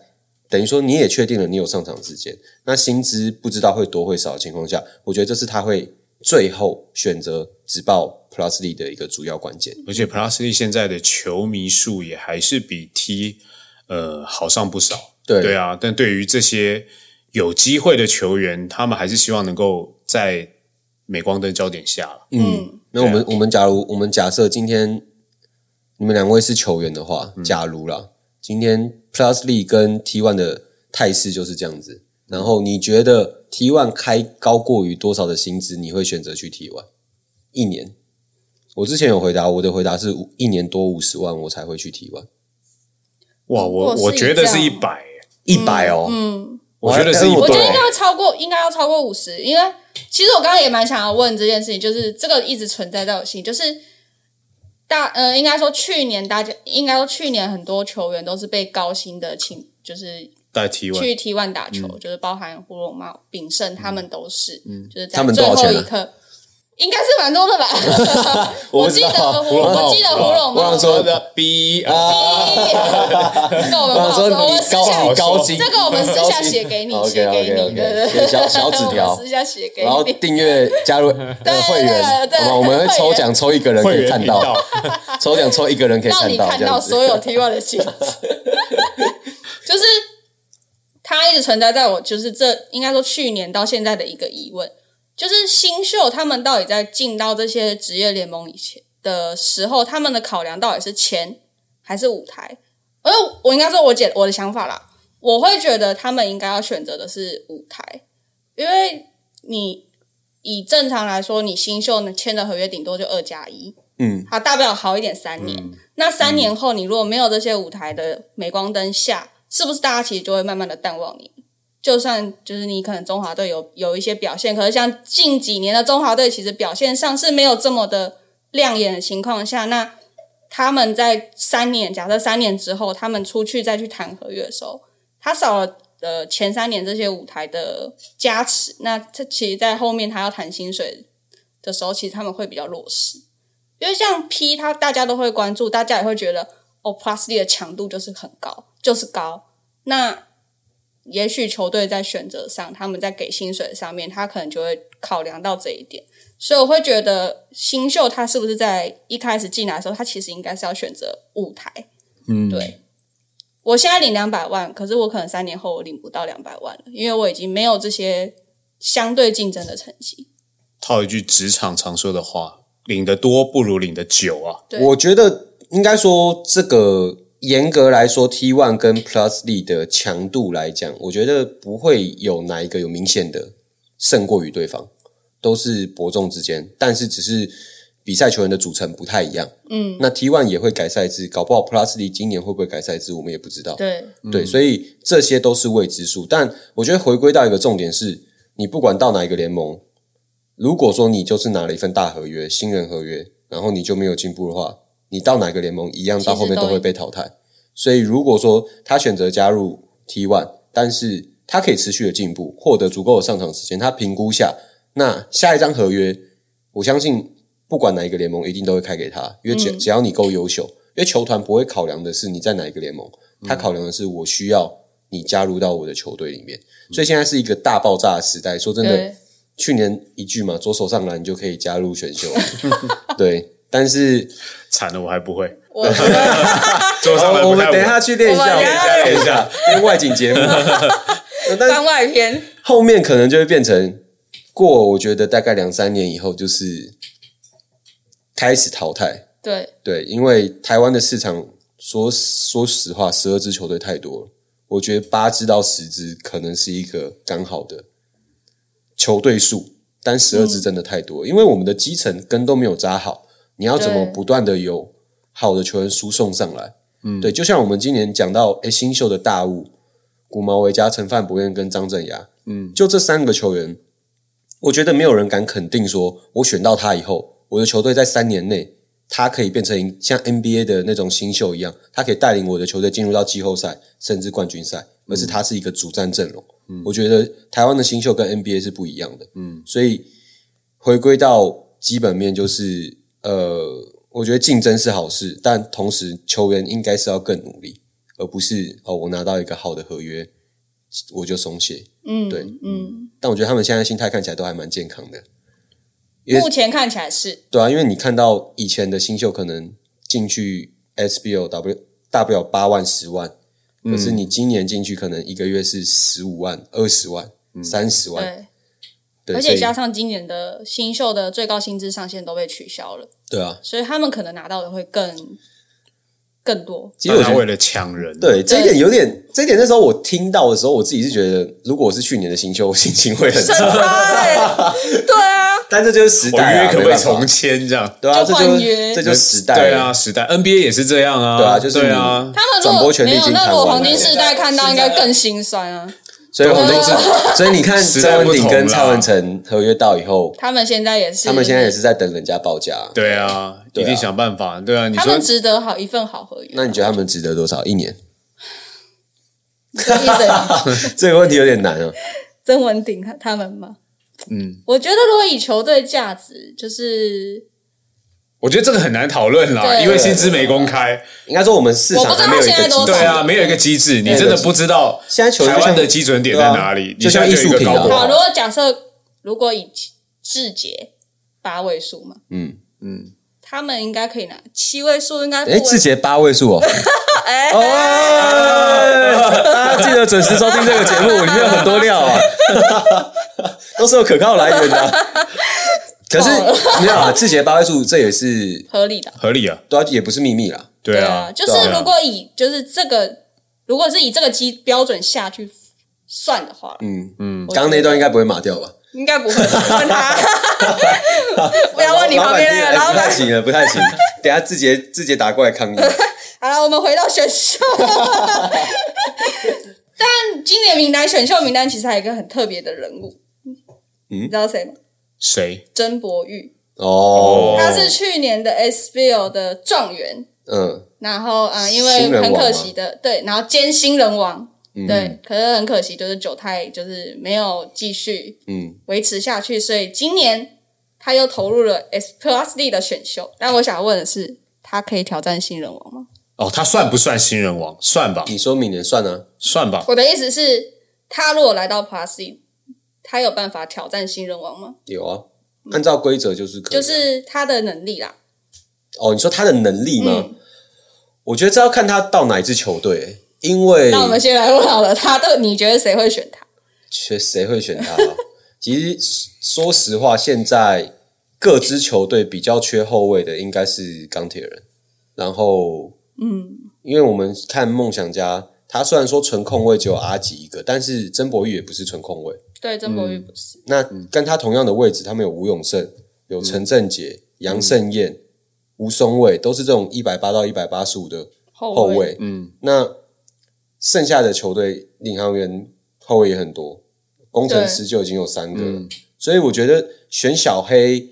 S3: 等于说你也确定了你有上场时间，那薪资不知道会多会少的情况下，我觉得这是他会最后选择只报 Plus D 的一个主要关键。
S1: 而且 Plus D 现在的球迷数也还是比 T 呃好上不少。
S3: 对
S1: 对啊，但对于这些有机会的球员，他们还是希望能够在镁光灯焦点下了。
S2: 嗯，
S3: 那我们、我们假如我们假设今天你们两位是球员的话，假如啦，今天 Plus Lee 跟 T One 的态势就是这样子，然后你觉得 T One 开高过于多少的薪资，你会选择去 T One 一年？我之前有回答，我的回答是五一年多五十万，我才会去 T One
S1: 哇，我
S2: 如果是
S1: 我觉得是
S2: 这
S1: 一
S2: 样
S1: 百，
S3: 一百哦，嗯，
S1: 我觉得是一
S2: 我觉得
S1: 对
S2: 应该要超过，应该要超过五十，因为其实我刚刚也蛮想要问这件事情，就是这个一直存在在我心里，就是大呃，应该说去年大家应该说去年很多球员都是被高薪的请，就是
S1: 带 T one
S2: 去 T
S3: 嗯
S2: one 打球，就是包含胡龙茂、炳胜他们都是，就是在
S3: 他们
S2: 最
S3: 多
S2: 后
S3: 少钱啊
S2: 一刻。应该是蛮多的 吧，我记得胡，我记得胡龙
S3: 我
S2: 茂
S3: 想说，
S1: B 啊，
S2: 这个我们不
S3: 我
S2: 好
S3: 想说
S2: 说，我们
S3: 你
S2: 私
S3: 高
S2: 下
S3: 好高薪，
S2: 这个我们私下写给 你，写给你，对对
S3: OK，OK，OK，
S2: 对，
S3: 小小纸
S2: 哦我
S3: 条
S2: 们私下写给
S3: 然后
S2: 你。
S3: 订阅加入呃会员，
S2: 对
S3: 好吗？我们会抽奖抽一个人可
S1: 会
S3: 以
S1: 员
S3: 看
S1: 频
S3: 到
S1: 道，
S3: 抽奖抽一个人可以
S2: 让你
S3: 看到，
S2: 看
S3: 这
S2: 到
S3: 样子
S2: 所有 T one 的薪资，就是它一直存在在我，就是这应该说去年到现在的一个疑问，就是新秀他们到底在进到这些职业联盟以前的时候，他们的考量到底是钱还是舞台？而我应该说我姐我的想法啦，我会觉得他们应该要选择的是舞台，因为你以正常来说，你新秀呢签的合约顶多就二加一，
S3: 嗯，
S2: 好，大不了好一点三年。那三年后，你如果没有这些舞台的镁光灯下，是不是大家其实就会慢慢的淡忘你？就算就是你可能中华队有有一些表现，可是像近几年的中华队，其实表现上是没有这么的亮眼的情况下，那他们在三年，假设三年之后，他们出去再去谈合约的时候，他少了呃前三年这些舞台的加持，那这其实，在后面他要谈薪水的时候，其实他们会比较弱势。因为像 P，他大家都会关注，大家也会觉得哦，Plus D 的强度就是很高，就是高。那也许球队在选择上，他们在给薪水上面，他可能就会考量到这一点。所以我会觉得新秀他是不是在一开始进来的时候，他其实应该是要选择舞台。
S1: 嗯，
S2: 对，我现在领两百万，可是我可能三年后我领不到两百万了，因为我已经没有这些相对竞争的成绩。
S1: 套一句职场常说的话，领得多不如领得久啊。
S2: 对，
S3: 我觉得应该说，这个严格来说，T One 跟 Plus D 的强度来讲，我觉得不会有哪一个有明显的胜过于对方，都是伯仲之间，但是只是比赛球员的组成不太一样。嗯，那 T One 也会改赛制，搞不好 Plus D 今年会不会改赛制，我们也不知道。
S2: 对，
S3: 对，所以这些都是未知数。但我觉得回归到一个重点是，你不管到哪一个联盟，如果说你就是拿了一份大合约、新人合约，然后你就没有进步的话，你到哪个联盟一样到后面
S2: 其实
S3: 都
S2: 都
S3: 会被淘汰。所以如果说他选择加入 T One，但是他可以持续的进步，获得足够的上场时间，他评估下，那下一张合约，我相信不管哪一个联盟一定都会开给他，因为只、
S2: 嗯
S3: 只要你够优秀，因为球团不会考量的是你在哪一个联盟，他考量的是我需要你加入到我的球队里面。所以现在是一个大爆炸的时代，说真的
S2: 对，
S3: 去年一句嘛，左手上篮就可以加入选秀， 对。但 是
S1: 惨了，我还不会。
S2: 我觉得。
S1: 桌上来
S3: 我
S1: 不
S3: 们
S1: 太
S3: 等一
S1: 稳
S3: 下去练一下，
S2: 我们等一下
S3: 练一下，因为外景节 目。呃但是
S2: 番外 篇，
S3: 后面可能就会变成过，我觉得大概两三年以后就是开始淘汰。
S2: 对
S3: 对，因为台湾的市场说说实话，十二支球队太多了，我觉得八支到十支可能是一个刚好的球队数，但十二支真的太多，因为我们的基层根都没有扎好，你要怎么
S2: 对
S3: 不断的有好的球员输送上来？嗯，对，就像我们今年讲到，诶新秀的大物古毛维加、陈范博彦跟张镇雅，嗯，就这三个球员，我觉得没有人敢肯定说，我选到他以后，我的球队在三年内，他可以变成像 NBA 的那种新秀一样，他可以带领我的球队进入到季后赛甚至冠军赛，而是他是一个主战阵容。我觉得台湾的新秀跟 NBA 是不一样的，嗯，所以回归到基本面就是，呃，我觉得竞争是好事，但同时球员应该是要更努力，而不是哦，我拿到一个好的合约我就松懈，
S2: 嗯，
S3: 对
S2: 嗯，
S3: 但我觉得他们现在心态看起来都还蛮健康的，也
S2: 目前看起来是，
S3: 对啊，因为你看到以前的新秀可能进去 SBO W 大不了八万十万，可
S1: 嗯
S3: 是你今年进去可能一个月是十五万、二十万、
S1: 嗯
S3: 三十万，
S2: 对，
S3: 对，
S2: 而
S3: 所
S2: 且
S3: 以
S2: 加上今年的新秀的最高薪资上限都被取消了，
S3: 对啊，
S2: 所以他们可能拿到的会更更多。
S3: 其实我
S1: 大
S3: 觉
S1: 家为
S3: 得。
S1: 了抢人，
S3: 对这一点有点，这一点那时候我听到的时候，我自己是觉得，如果我是去年的新秀，我心情会很差。
S2: 对，对啊，
S3: 但这就是时
S1: 我
S3: 代、
S1: 约
S3: 啊，
S1: 可不可
S3: 没
S1: 以
S3: 办法
S1: 重签这样？
S3: 对啊，这
S2: 就
S3: 就
S2: 换约
S3: 这就时代，
S1: 对啊，，时代 NBA 也是这样啊，
S3: 对啊就是
S1: 对啊，
S2: 他们
S3: 转
S2: 如
S3: 播
S2: 果
S3: 权利
S2: 没
S3: 已
S2: 有
S3: 经
S2: 那
S3: 谈
S2: 个
S3: 完
S2: 黄金
S3: 了
S2: 世代看到，应该更心酸啊。
S3: 所以黄金
S2: 对啊
S3: 是，所以你看
S1: 时代
S3: 蔡文
S1: 不
S3: 鼎
S1: 同
S3: 跟
S1: 啦
S3: 蔡文成合约到以后，
S2: 他们现在也是，
S3: 他们现在也是在等人家报价。
S1: 对啊，
S3: 对
S1: 一
S3: 啊
S1: 定想办法，对啊，你
S2: 他
S1: 说
S2: 们值得好一份好合约。
S3: 那你觉得他们值得多少？一年？
S2: 你觉得
S3: 这个问题有点难啊。
S2: 曾文鼎他他们吗？
S1: 嗯，
S2: 我觉得如果以球队价值，就是
S1: 我觉得这个很难讨论啦，
S2: 对
S1: 因为薪资没公开，
S3: 应该说我们市场还没有一个
S2: 我不知道现在
S3: 机
S2: 多
S3: 制
S2: 少。
S1: 对啊，没有一个机制，你真的不知道
S3: 现在球员
S1: 台
S3: 就像
S1: 湾的基准点在哪
S3: 对
S1: 里
S3: 啊，
S1: 你现在有一个
S3: 就像艺术品啊
S1: 高不
S2: 好，
S1: 好
S2: 如果假设如果以志杰八位数嘛，
S3: 嗯，
S2: 他们应该可以拿七位数，应该不
S3: 哎，
S2: 会
S3: 志杰八 位数哦。哦，大家记得准时收听这个节目，里面有很多料啊， 都是有可靠来源的啊。 可是
S2: 哦
S3: 没有啊，志杰八位数这也是
S2: 合理的。
S1: 合理啊，
S3: 对啊，也不是秘密啦。
S1: 对啊
S2: 啊，，就是如果以就是这个，如果是以这个基标准下去算的话，
S3: 嗯，
S1: 嗯，
S3: 刚刚那段应该不会码掉吧？
S2: 应该不会问他，不要问你旁边的
S3: 老
S2: 老
S3: 板听了哎不太
S2: 板。
S3: 行了，不太行。等下志杰志杰打过来 抗议。
S2: 好了，我们回到选秀。但今年名单选秀名单其实还有一个很特别的人物，你知道谁吗？
S1: 谁？
S2: 曾博玉，
S3: 哦，
S2: 他是去年的 SBL 的状元，
S3: 嗯，
S2: 然后啊、呃因为
S3: 新人王
S2: 很
S3: 吗嗯
S2: 可惜的，对，然后兼新人王，对，可是很可惜就是九太就是没有继续
S3: 嗯，
S2: 维持下去，所以今年他又投入了 S Plus D 的选秀。但我想问的是，他可以挑战新人王吗？
S1: 哦，他算不算新人王？算吧，
S3: 你说明年算啊？
S1: 算吧，
S2: 我的意思是，他如果来到 Plus D，他有办法挑战新人王吗？
S3: 有啊，按照规则就是可以
S2: 嗯
S3: 啊、
S2: 就是他的能力啦，
S3: 哦，你说他的能力吗？
S2: 嗯
S3: 我觉得这要看他到哪一支球队、因为
S2: 那我们先来问好了，他的你觉得谁会选他？
S3: 谁谁会选他、啊？ 其实说实话，现在各支球队比较缺后卫的应该是钢铁人，然后嗯，因为我们看梦想家，他虽然说纯控卫只有阿吉一个，但是曾博玉也不是纯控卫。
S2: 对，曾博玉不是，
S3: 那跟他同样的位置，他们有吴永胜、有陈振杰、杨胜燕、吴松伟，都是这种一百八到一百八十五的后
S2: 后卫
S3: 卫。嗯，那剩下的球队领航员后卫也很多，工程师就已经有三个了。所以我觉得选小黑，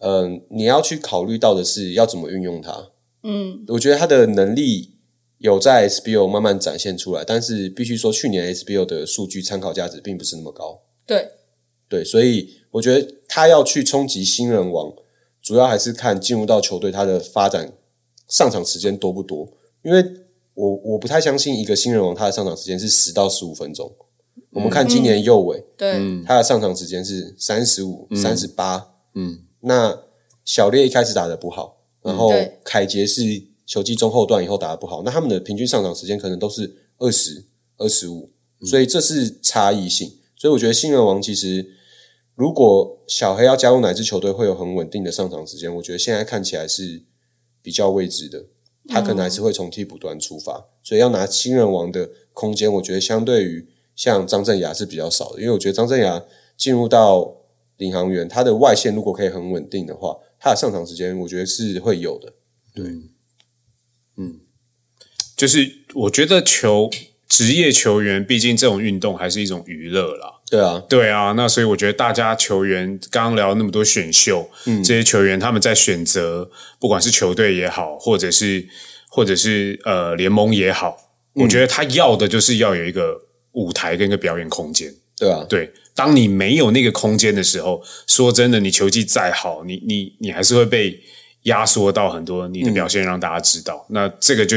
S3: 嗯、你要去考虑到的是要怎么运用他。
S2: 嗯，
S3: 我觉得他的能力有在 SBO 慢慢展现出来，但是必须说，去年 SBO 的数据参考价值并不是那么高。
S2: 对，
S3: 对，所以我觉得他要去冲击新人王，主要还是看进入到球队他的发展上场时间多不多。因为我我不太相信一个新人王他的上场时间是十到十五分钟。我们看今年右尾，
S2: 对，
S3: 他的上场时间是三十五、三十八。
S1: 嗯，
S3: 那小烈一开始打的不好，然后
S2: 对
S3: 凯杰是球季中后段以后打的不好，那他们的平均上场时间可能都是二十二十五，所以这是差异性。所以我觉得新人王其实，如果小黑要加入哪支球队会有很稳定的上场时间，我觉得现在看起来是比较未知的。他可能还是会从替补端出发，所以要拿新人王的空间，我觉得相对于像张镇雅是比较少的，因为我觉得张镇雅进入到领航员，他的外线如果可以很稳定的话，他的上场时间我觉得是会有的。
S1: 就是我觉得球职业球员，毕竟这种运动还是一种娱乐啦。
S3: 对啊，
S1: 对啊，那所以我觉得大家球员刚刚聊那么多选秀，这些球员他们在选择，不管是球队也好，或者是或者是呃联盟也好，我觉得他要的就是要有一个舞台跟一个表演空间。
S3: 对啊，
S1: 对，当你没有那个空间的时候，说真的，你球技再好，你你你还是会被压缩到很多你的
S3: 嗯
S1: 表现让大家知道，那这个就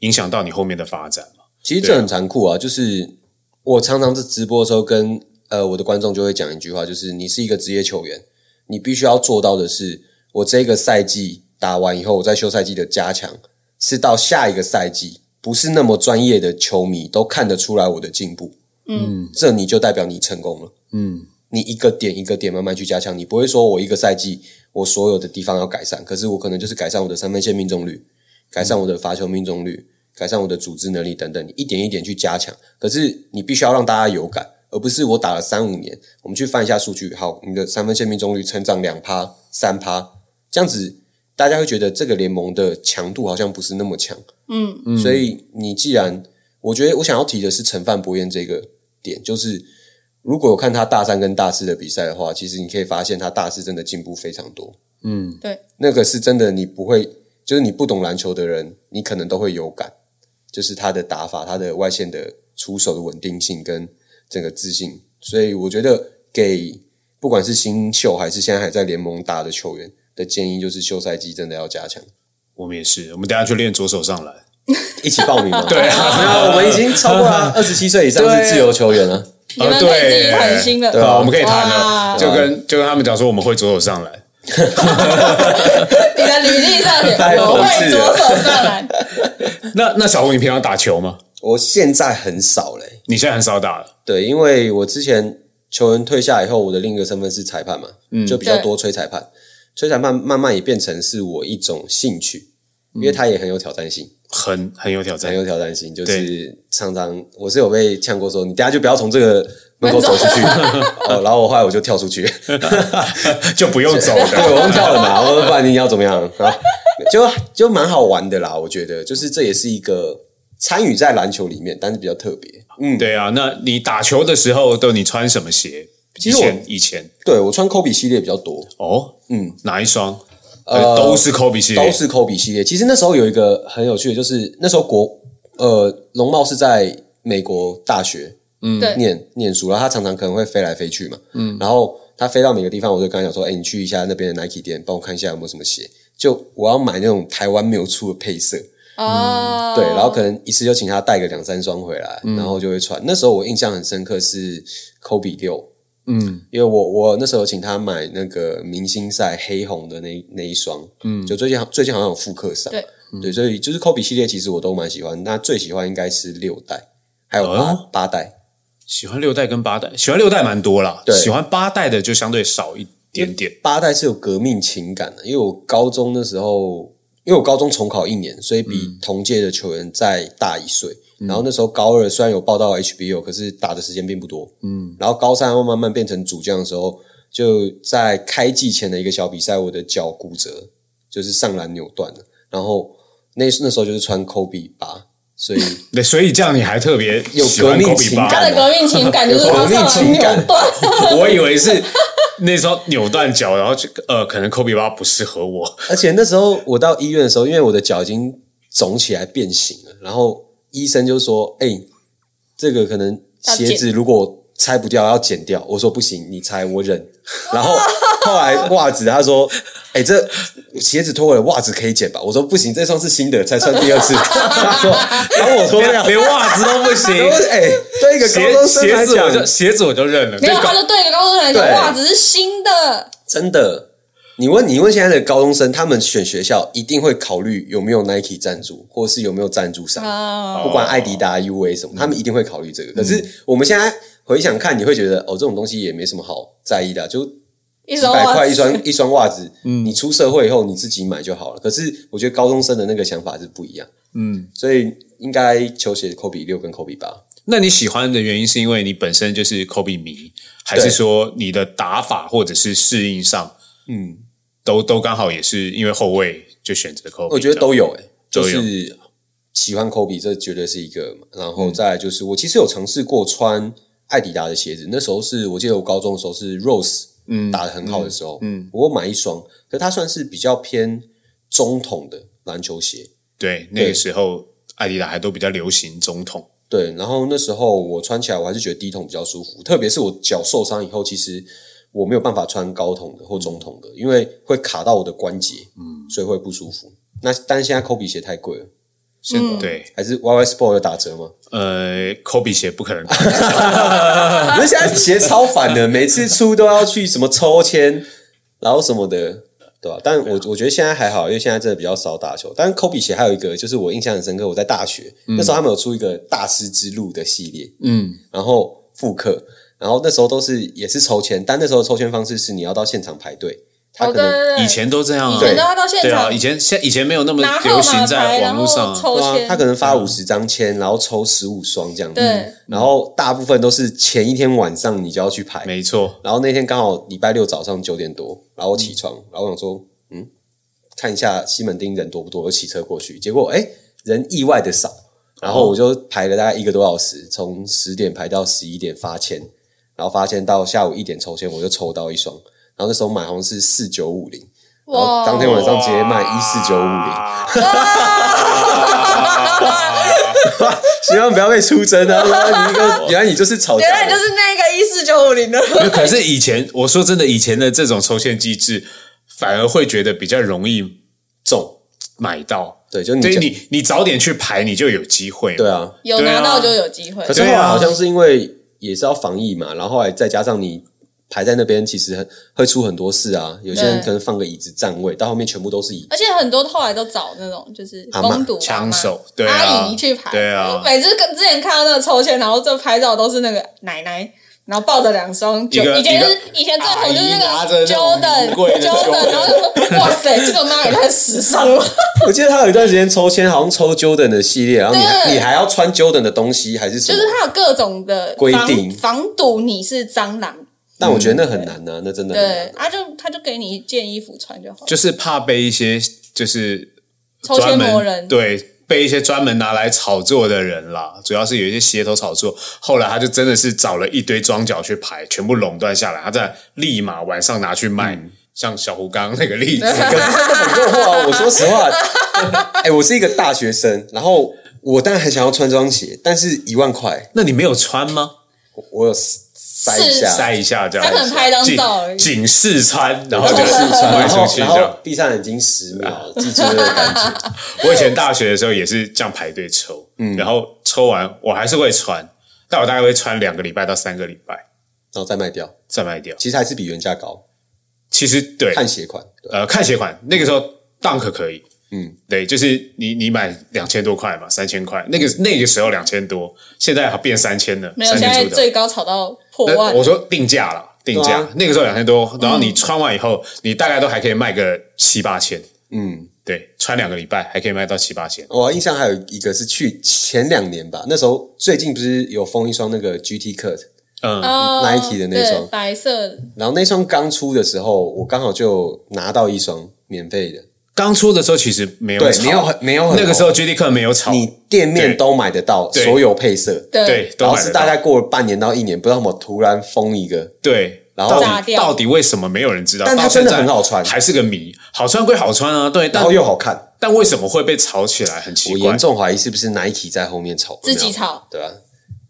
S1: 影响到你后面的发展嘛。
S3: 其实这很残酷啊，就是我常常在直播的时候跟呃我的观众就会讲一句话，就是你是一个职业球员，你必须要做到的是，我这个赛季打完以后，我在休赛季的加强是到下一个赛季，不是那么专业的球迷都看得出来我的进步，嗯，这你就代表你成功了，
S1: 嗯，
S3: 你一个点一个点慢慢去加强，你不会说我一个赛季我所有的地方要改善，可是我可能就是改善我的三分线命中率，改善我的罚球命中率，改善我的组织能力等等，你一点一点去加强。可是你必须要让大家有感，而不是我打了三五年，我们去翻一下数据，好，你的三分线命中率成长两趴、三趴，这样子大家会觉得这个联盟的强度好像不是那么强。嗯，所以你既然我觉得我想要提的是陈范博彦这个点，就是如果有看他大三跟大四的比赛的话，其实你可以发现他大四真的进步非常多。
S2: 对，
S3: 那个是真的，你不会，就是你不懂篮球的人，你可能都会有感，就是他的打法、他的外线的出手的稳定性跟整个自信。所以我觉得给不管是新秀还是现在还在联盟打的球员的建议，就是休赛季真的要加强，
S1: 我们也是，我们等一下去练左手上篮。
S3: 一起报名嘛。 对啊，没有，我们已经超过了二十七岁以上是自由球员了。
S2: 你们可以自己狠心了。
S1: 啊对啊，我们可以谈了，
S2: 哇
S1: 就跟就跟他们讲说我们会左手上篮，
S2: 你的履历上写
S3: 太
S2: 我
S3: 讽
S2: 会
S3: 刺
S2: 左
S3: 了
S2: 手上 篮，
S1: 那那小红，你平常打球吗？
S3: 我现在很少嘞、
S1: 你现在很少打了，
S3: 对，因为我之前球员退下以后，我的另一个身份是裁判嘛，
S1: 嗯
S3: 就比较多吹裁判，吹裁判慢慢也变成是我一种兴趣，因
S1: 嗯
S3: 为它也很有挑战性，
S1: 很很有挑
S3: 很
S1: 战。
S3: 有挑战性，就
S1: 对
S3: 是常常我是有被呛过说，你等下就不要从这个门口走出 去，哦，然后我后来我就跳出去，
S1: 就不用 走
S3: 对，
S1: 的。
S3: 我用跳了嘛，我说不然你要怎么样啊？就就蛮好玩的啦，我觉得，就是这也是一个参与在篮球里面，但是比较特别，嗯，
S1: 对啊，那你打球的时候都你穿什么鞋？以
S3: 实我
S1: 前以前
S3: 对我穿科比系列比较多，
S1: 哦，
S3: 嗯，
S1: 哪一双？呃，都是 Kobe 系列，
S3: 都是科比系列。其实那时候有一个很有趣的，就是那时候国呃龙茂是在美国大学
S1: 嗯
S2: 对，
S3: 念念书，然后他常常可能会飞来飞去嘛，嗯，然后他飞到每个地方，我就跟他讲说，哎，你去一下那边的 Nike 店，帮我看一下有没有什么鞋，就我要买那种台湾没有出的配色，
S2: 哦，
S3: 嗯对，然后可能一次就请他带个两三双回来，然后就会穿。那时候我印象很深刻是 Kobe 六。嗯，因为我我那时候有请他买那个明星赛黑红的那那一双，嗯，就最近好最近好像有复刻上，
S2: 对
S3: 对，所以就是 Kobe 系列其实我都蛮喜欢，那最喜欢应该是六代，还有八、
S1: 哦
S3: 八代，
S1: 喜欢六代跟八代，喜欢六代蛮多啦，
S3: 对
S1: 喜欢八代的就相对少一点点。
S3: 八代是有革命情感的，因为我高中那时候，因为我高中重考一年，所以比同届的球员再大一岁。然后那时候高二虽然有报到 HBO，可是打的时间并不多。嗯，然后高三后慢慢变成主将的时候，就在开季前的一个小比赛，我的脚骨折，就是上篮扭断了。然后那那时候就是穿 Kobe 八，所以
S1: 对，所以这样你还特别
S3: 有
S1: 喜欢
S3: 革命
S1: Kobe
S3: 情
S2: 他
S1: 八
S3: 感，
S2: 的革命情感 就是他上篮扭断，
S1: 我以为是那时候扭断脚，然后就呃，可能 Kobe 八不适合我。
S3: 而且那时候我到医院的时候，因为我的脚已经肿起来变形了，然后医生就说：“哎、这个可能鞋子如果拆不掉要剪掉。”我说：“不行，你拆我忍。” 然后后来袜子他说：“哎、这鞋子脱了，袜子可以剪吧？”我说：“不行，这双是新的，才穿第二次。”他说：“然后 我说
S1: 连连袜子都不 行，
S3: 然后我哎、对一啊个
S1: 鞋
S3: 高中生
S1: 鞋
S3: 来
S1: 子我
S3: 讲，
S1: 就鞋子我就认了，
S2: 没有，
S1: 对
S2: 他就对着高中生来说，
S3: 对
S2: 哇，只是新的，
S3: 真的，你问你问现在的高中生，他们选学校一定会考虑有没有 Nike 赞助，或是有没有赞助商，
S2: 啊，
S3: 不管艾迪达、UA 什么，他们一定会考虑这个。可是我们现在回想看，你会觉得哦，这种东西也没什么好在意的啊，就
S2: 一
S3: 几
S2: 双
S3: 百
S2: 袜
S3: 块一
S2: 子，
S3: 双一双袜子，你出社会以后你自己买就好了。可是我觉得高中生的那个想法是不一样，
S1: 嗯，
S3: 所以应该球鞋扣比六跟扣比八。
S1: 那你喜欢的原因是因为你本身就是科比迷，还是
S3: 对
S1: 说你的打法或者是适应上
S3: 嗯，
S1: 都都刚好也是因为后卫就选择科比？
S3: 我觉得都有诶、就
S1: 都有
S3: 是喜欢科比，这绝对是一个嘛。然后再来就是，我其实有尝试过穿艾迪达的鞋子，那时候是我记得我高中的时候是 Rose，嗯，打的很好的时候，嗯，我有买一双，可它算是比较偏中筒的篮球鞋，
S1: 对那个
S3: 对嗯
S1: 时候艾迪达还都比较流行中筒，
S3: 对，然后那时候我穿起来，我还是觉得低筒比较舒服，特别是我脚受伤以后，其实我没有办法穿高筒的或中筒的，因为会卡到我的关节，嗯，所以会不舒服。那但是现在科比鞋太贵了，
S1: 现对
S3: 还是 YY Sport 有打折吗？
S1: 呃科比鞋不 可能打
S3: 可是现在鞋超烦的，每次出都要去什么抽签，然后什么的，对吧、啊但我我觉得现在还好，因为现在真的比较少打球。但是科比鞋还有一个，就是我印象很深刻，我在大学、那时候他们有出一个大师之路的系列，嗯，然后复刻，然后那时候都是也是抽签，但那时候的抽签方式是你要到现场排队，他
S2: 哦
S3: 可
S2: 对
S3: 能、
S2: 对对，
S1: 以前都这样啊，
S2: 以前都要到现
S1: 对啊，
S2: 场
S1: 以前现以前没有那么
S2: 拿
S1: 流
S2: 号
S1: 行
S2: 码
S1: 在网
S2: 牌，然后
S1: 络上啊，
S2: 抽
S3: 对啊，
S2: 签
S3: 他，可能发五十张签，然后抽十五双这样子，
S2: 对
S3: 然后大部分都是前一天晚上你就要去排，
S1: 没错，
S3: 然后那天刚好礼拜六早上九点多，然后我起床，然后我想说，嗯，看一下西门町人多不多，我就骑车过去，结果哎，人意外的少，然后我就排了大概一个多小时，从十点排到十一点发签，然后发签到下午一点抽签，我就抽到一双，然后那时候买好像是四九五零，然后当天晚上直接卖一四九五零， 千万不要被出征啊！ 你一个原来你就是 炒
S2: 原来
S3: 假
S2: 你
S3: 的
S2: 就。是那个一四九五零的，
S3: 啊
S1: 没 有可是以前我说真的，以前的这种抽签机制反而会觉得比较容易中买到，
S3: 对，嗯就你
S1: 对你你早点去排，你就有机会。
S3: 对，啊，
S2: 有拿到就有机会
S3: 可。是后
S1: 对
S3: 来
S1: 啊
S3: 好像是因为也是要防疫嘛，然后后来再加上你排在那边，其实很会出很多事啊。有些人
S2: 对
S3: 可能放个椅子占位，到后面全部都是椅子。
S2: 而且很多后来都找那种就是
S3: 阿嬷
S2: 攻读阿
S1: 枪
S2: 嬷
S1: 手，对啊，
S2: 阿姨去排，
S1: 对啊
S2: 我每次跟之前看到那个抽签，然后这拍照都是那个奶奶。然后抱着两双
S1: 一
S2: 酒，
S1: 个
S2: 以前就是
S1: 一
S2: 以前最
S1: 阿
S2: 红
S1: 姨
S2: 就是
S1: 拿
S2: 那
S1: 着那
S2: 个
S1: 种
S2: Jordan
S1: 很贵的
S2: Jordan，然后就说哇 塞，这个妈也太时尚了。
S3: 我记得他有一段时间抽签，好像抽 Jordan 的系列，然后你还
S2: 对
S3: 你还要穿 Jordan 的东西还是什
S2: 就
S3: 么
S2: 是？它有各种的
S3: 规
S2: 防
S3: 定
S2: 防堵你是蟑螂，
S3: 但我觉得那很难啊，那真的
S2: 嗯
S3: 很
S2: 对
S3: 难，。
S2: 他就他就给你一件衣服穿就好了，
S1: 就是怕被一些就是
S2: 抽
S1: 专
S2: 签
S1: 门
S2: 魔人，
S1: 对。被一些专门拿来炒作的人啦，主要是有一些噱头炒作。后来他就真的是找了一堆庄脚去排，全部垄断下来，他在立马晚上拿去卖，
S3: 嗯
S1: 像小胡刚刚那个例 子，
S3: 很诱惑啊！我说实话， 哎、我是一个大学生，然后我当然很想要穿这双鞋，但是一万块，
S1: 那你没有穿吗？
S3: 我我有塞一
S2: 是
S3: 下，
S1: 晒一下这样，
S2: 他可能拍张照而
S1: 仅
S2: 已
S1: 仅试穿，然后就
S3: 就是穿，
S1: 卖
S3: 然
S1: 出
S3: 后
S1: 去
S3: 然
S1: 这
S3: 后
S1: 样。
S3: 闭上眼睛十秒，记住那个感 觉。
S1: 我以前大学的时候也是这样排队抽，
S3: 嗯
S1: 然后抽完我还是会穿，但我大概会穿两个礼拜到三个礼拜
S3: 然后再卖掉，
S1: 再卖掉。
S3: 其实还是比原价高，
S1: 其实对，
S3: 看鞋款。对
S1: 呃，看鞋款，那个时候 Dunk 可以，
S3: 嗯，
S1: 对，就是你你买两千多块嘛，三千块，那个那个时候两千多，现在变三千了，
S2: 没有，
S1: 3000
S2: 现在
S1: 出头
S2: 最高炒到破
S1: 那
S2: 万
S1: 我，说定价啦，定价、
S3: 对啊
S1: 那个时候两千多，
S2: 嗯
S1: 然后你穿完以后，你大概都还可以卖个七八千，
S3: 嗯，
S1: 对，穿两个礼拜还可以卖到七八千。
S3: 我印象还有一个是去前两年吧，那时候最近不是有封一双那个 GT Cut，
S1: 嗯，
S2: 哦
S3: Nike 的那双
S2: 对白色的，
S3: 然后那双刚出的时候，我刚好就拿到一双免费的，
S1: 刚出的时候其实没有
S3: 对，
S1: 炒
S3: 没有很没有很
S1: 那个时候 G D 课没有炒，
S3: 你店
S1: 对
S3: 面都买得到
S1: 对
S3: 所有配色，
S1: 对，
S3: 然
S1: 都
S3: 后
S1: 买
S3: 是
S1: 得到
S3: 大概过了半年到一年，不知道怎么突然封一个，
S1: 对。
S3: 然后
S1: 到
S2: 炸
S1: 底
S2: 掉
S1: 到底为什么没有人知道？
S3: 但它
S1: 到现在
S3: 真的很好穿
S1: 还是个谜。好穿归好穿啊，对，
S3: 然
S1: 但
S3: 后又好看，
S1: 但为什么会被炒起来？很奇
S3: 我
S1: 怪
S3: 严。重怀疑是不是 Nike 在后面炒，
S2: 自己
S3: 有没有
S2: 炒，
S3: 对啊，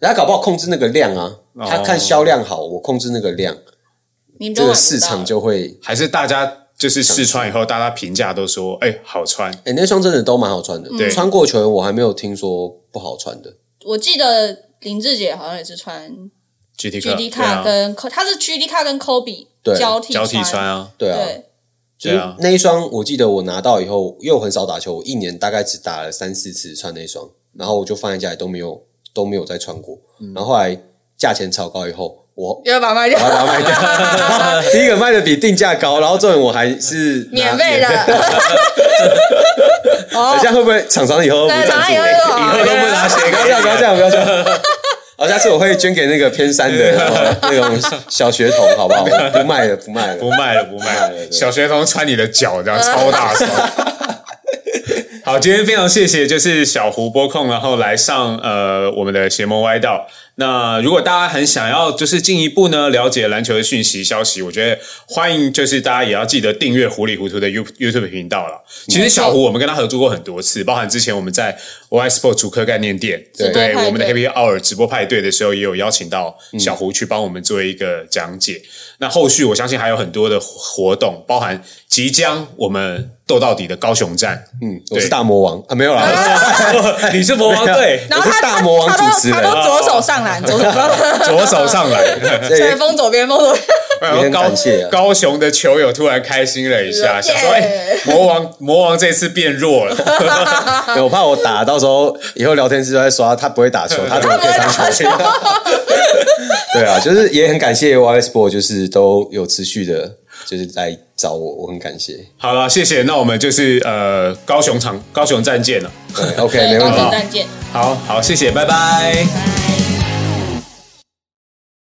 S3: 人家搞不好控制那个量啊，他
S1: 哦
S3: 看销量好，我控制那个量，
S2: 你们都
S3: 这
S2: 买
S3: 个
S2: 不
S3: 市
S2: 到
S3: 场就会
S1: 还是大家就是试穿以后，大家评价都说，哎、好穿。
S3: 哎、那双真的都蛮好穿的。
S1: 对
S3: 穿过球员我还没有听说不好穿的。
S2: 我记得林志杰好像也是穿
S1: G D 课
S2: G D 卡
S1: 对啊
S2: 跟他是 G D 卡跟 Kobe
S3: 对
S2: 交替
S1: 交替穿，啊，
S3: 对啊，
S2: 对，
S3: 就
S1: 对
S3: 是
S1: 啊
S3: 那一双，我记得我拿到以后，因为我很少打球，我一年大概只打了三四次穿那一双，
S2: 嗯
S3: 然后我就放在家里都没有都没有再穿过。然后后来价钱炒高以后，我
S2: 要把麦掉
S3: 我，要把它卖掉。 第一个卖的比定价高，然后重点我还是拿
S2: 免费的。 哦
S3: 等一，下会不会厂商以后都不
S2: 对，
S3: 赞
S2: 哪
S3: 助
S2: 有有？
S3: 我？以后都不拿 钱，不要这样，不要这样，不要这样。好，下次我会捐给那个偏山的哦那种小学童，好不 好？我不卖了，不卖了
S1: 不。卖了，不卖
S3: 对
S1: 了。
S3: 对
S1: 小学童穿你的脚，这样超大 双。好，今天非常谢谢，就是小胡播控，然后来上呃我们的邪魔歪道。那如果大家很想要就是进一步呢了解篮球的讯息消息，我觉得欢迎就是大家也要记得订阅糊里糊涂的 You YouTube 频道了。其实小胡我们跟他合作过很多次，包含之前我们在 Y Sport 主科概念店
S2: 直播
S1: 对
S2: 派
S1: 我们的
S2: 对
S1: Happy Hour 直播派对的时候，也有邀请到小胡去帮我们做一个讲解。那后续我相信还有很多的活动，包含即将我们斗到底的高雄站，
S3: 嗯，我是大魔王啊，没有啦，
S1: 你是魔王队，
S2: 然后
S3: 我
S2: 他
S3: 是大
S2: 他
S3: 魔王
S2: 他都
S3: 主持人
S2: 他都左手上篮，左手上 篮，
S1: 左手上来，
S3: 这
S2: 对，
S3: 也
S2: 封左边，封左边。
S1: 然后
S3: 很
S1: 高
S3: 感谢啊
S1: 高雄的球友突然开心了一下，
S2: Yeah
S1: 想说：“哎，魔王魔王这次变弱了。
S3: 我怕我打到时候以后聊天室都在刷他不会打球，他怎么可以当球员？ 对啊，就是也很感谢 Y Sport，就是都有持续的，就是来找我，我很感谢。”
S1: 好了，谢谢。那我们就是呃，高雄场高雄站见了。
S3: 对 OK，
S2: 对，
S3: 没
S2: 高
S3: 问题
S2: 中。战见。
S1: 好好，谢谢，拜拜。
S2: 拜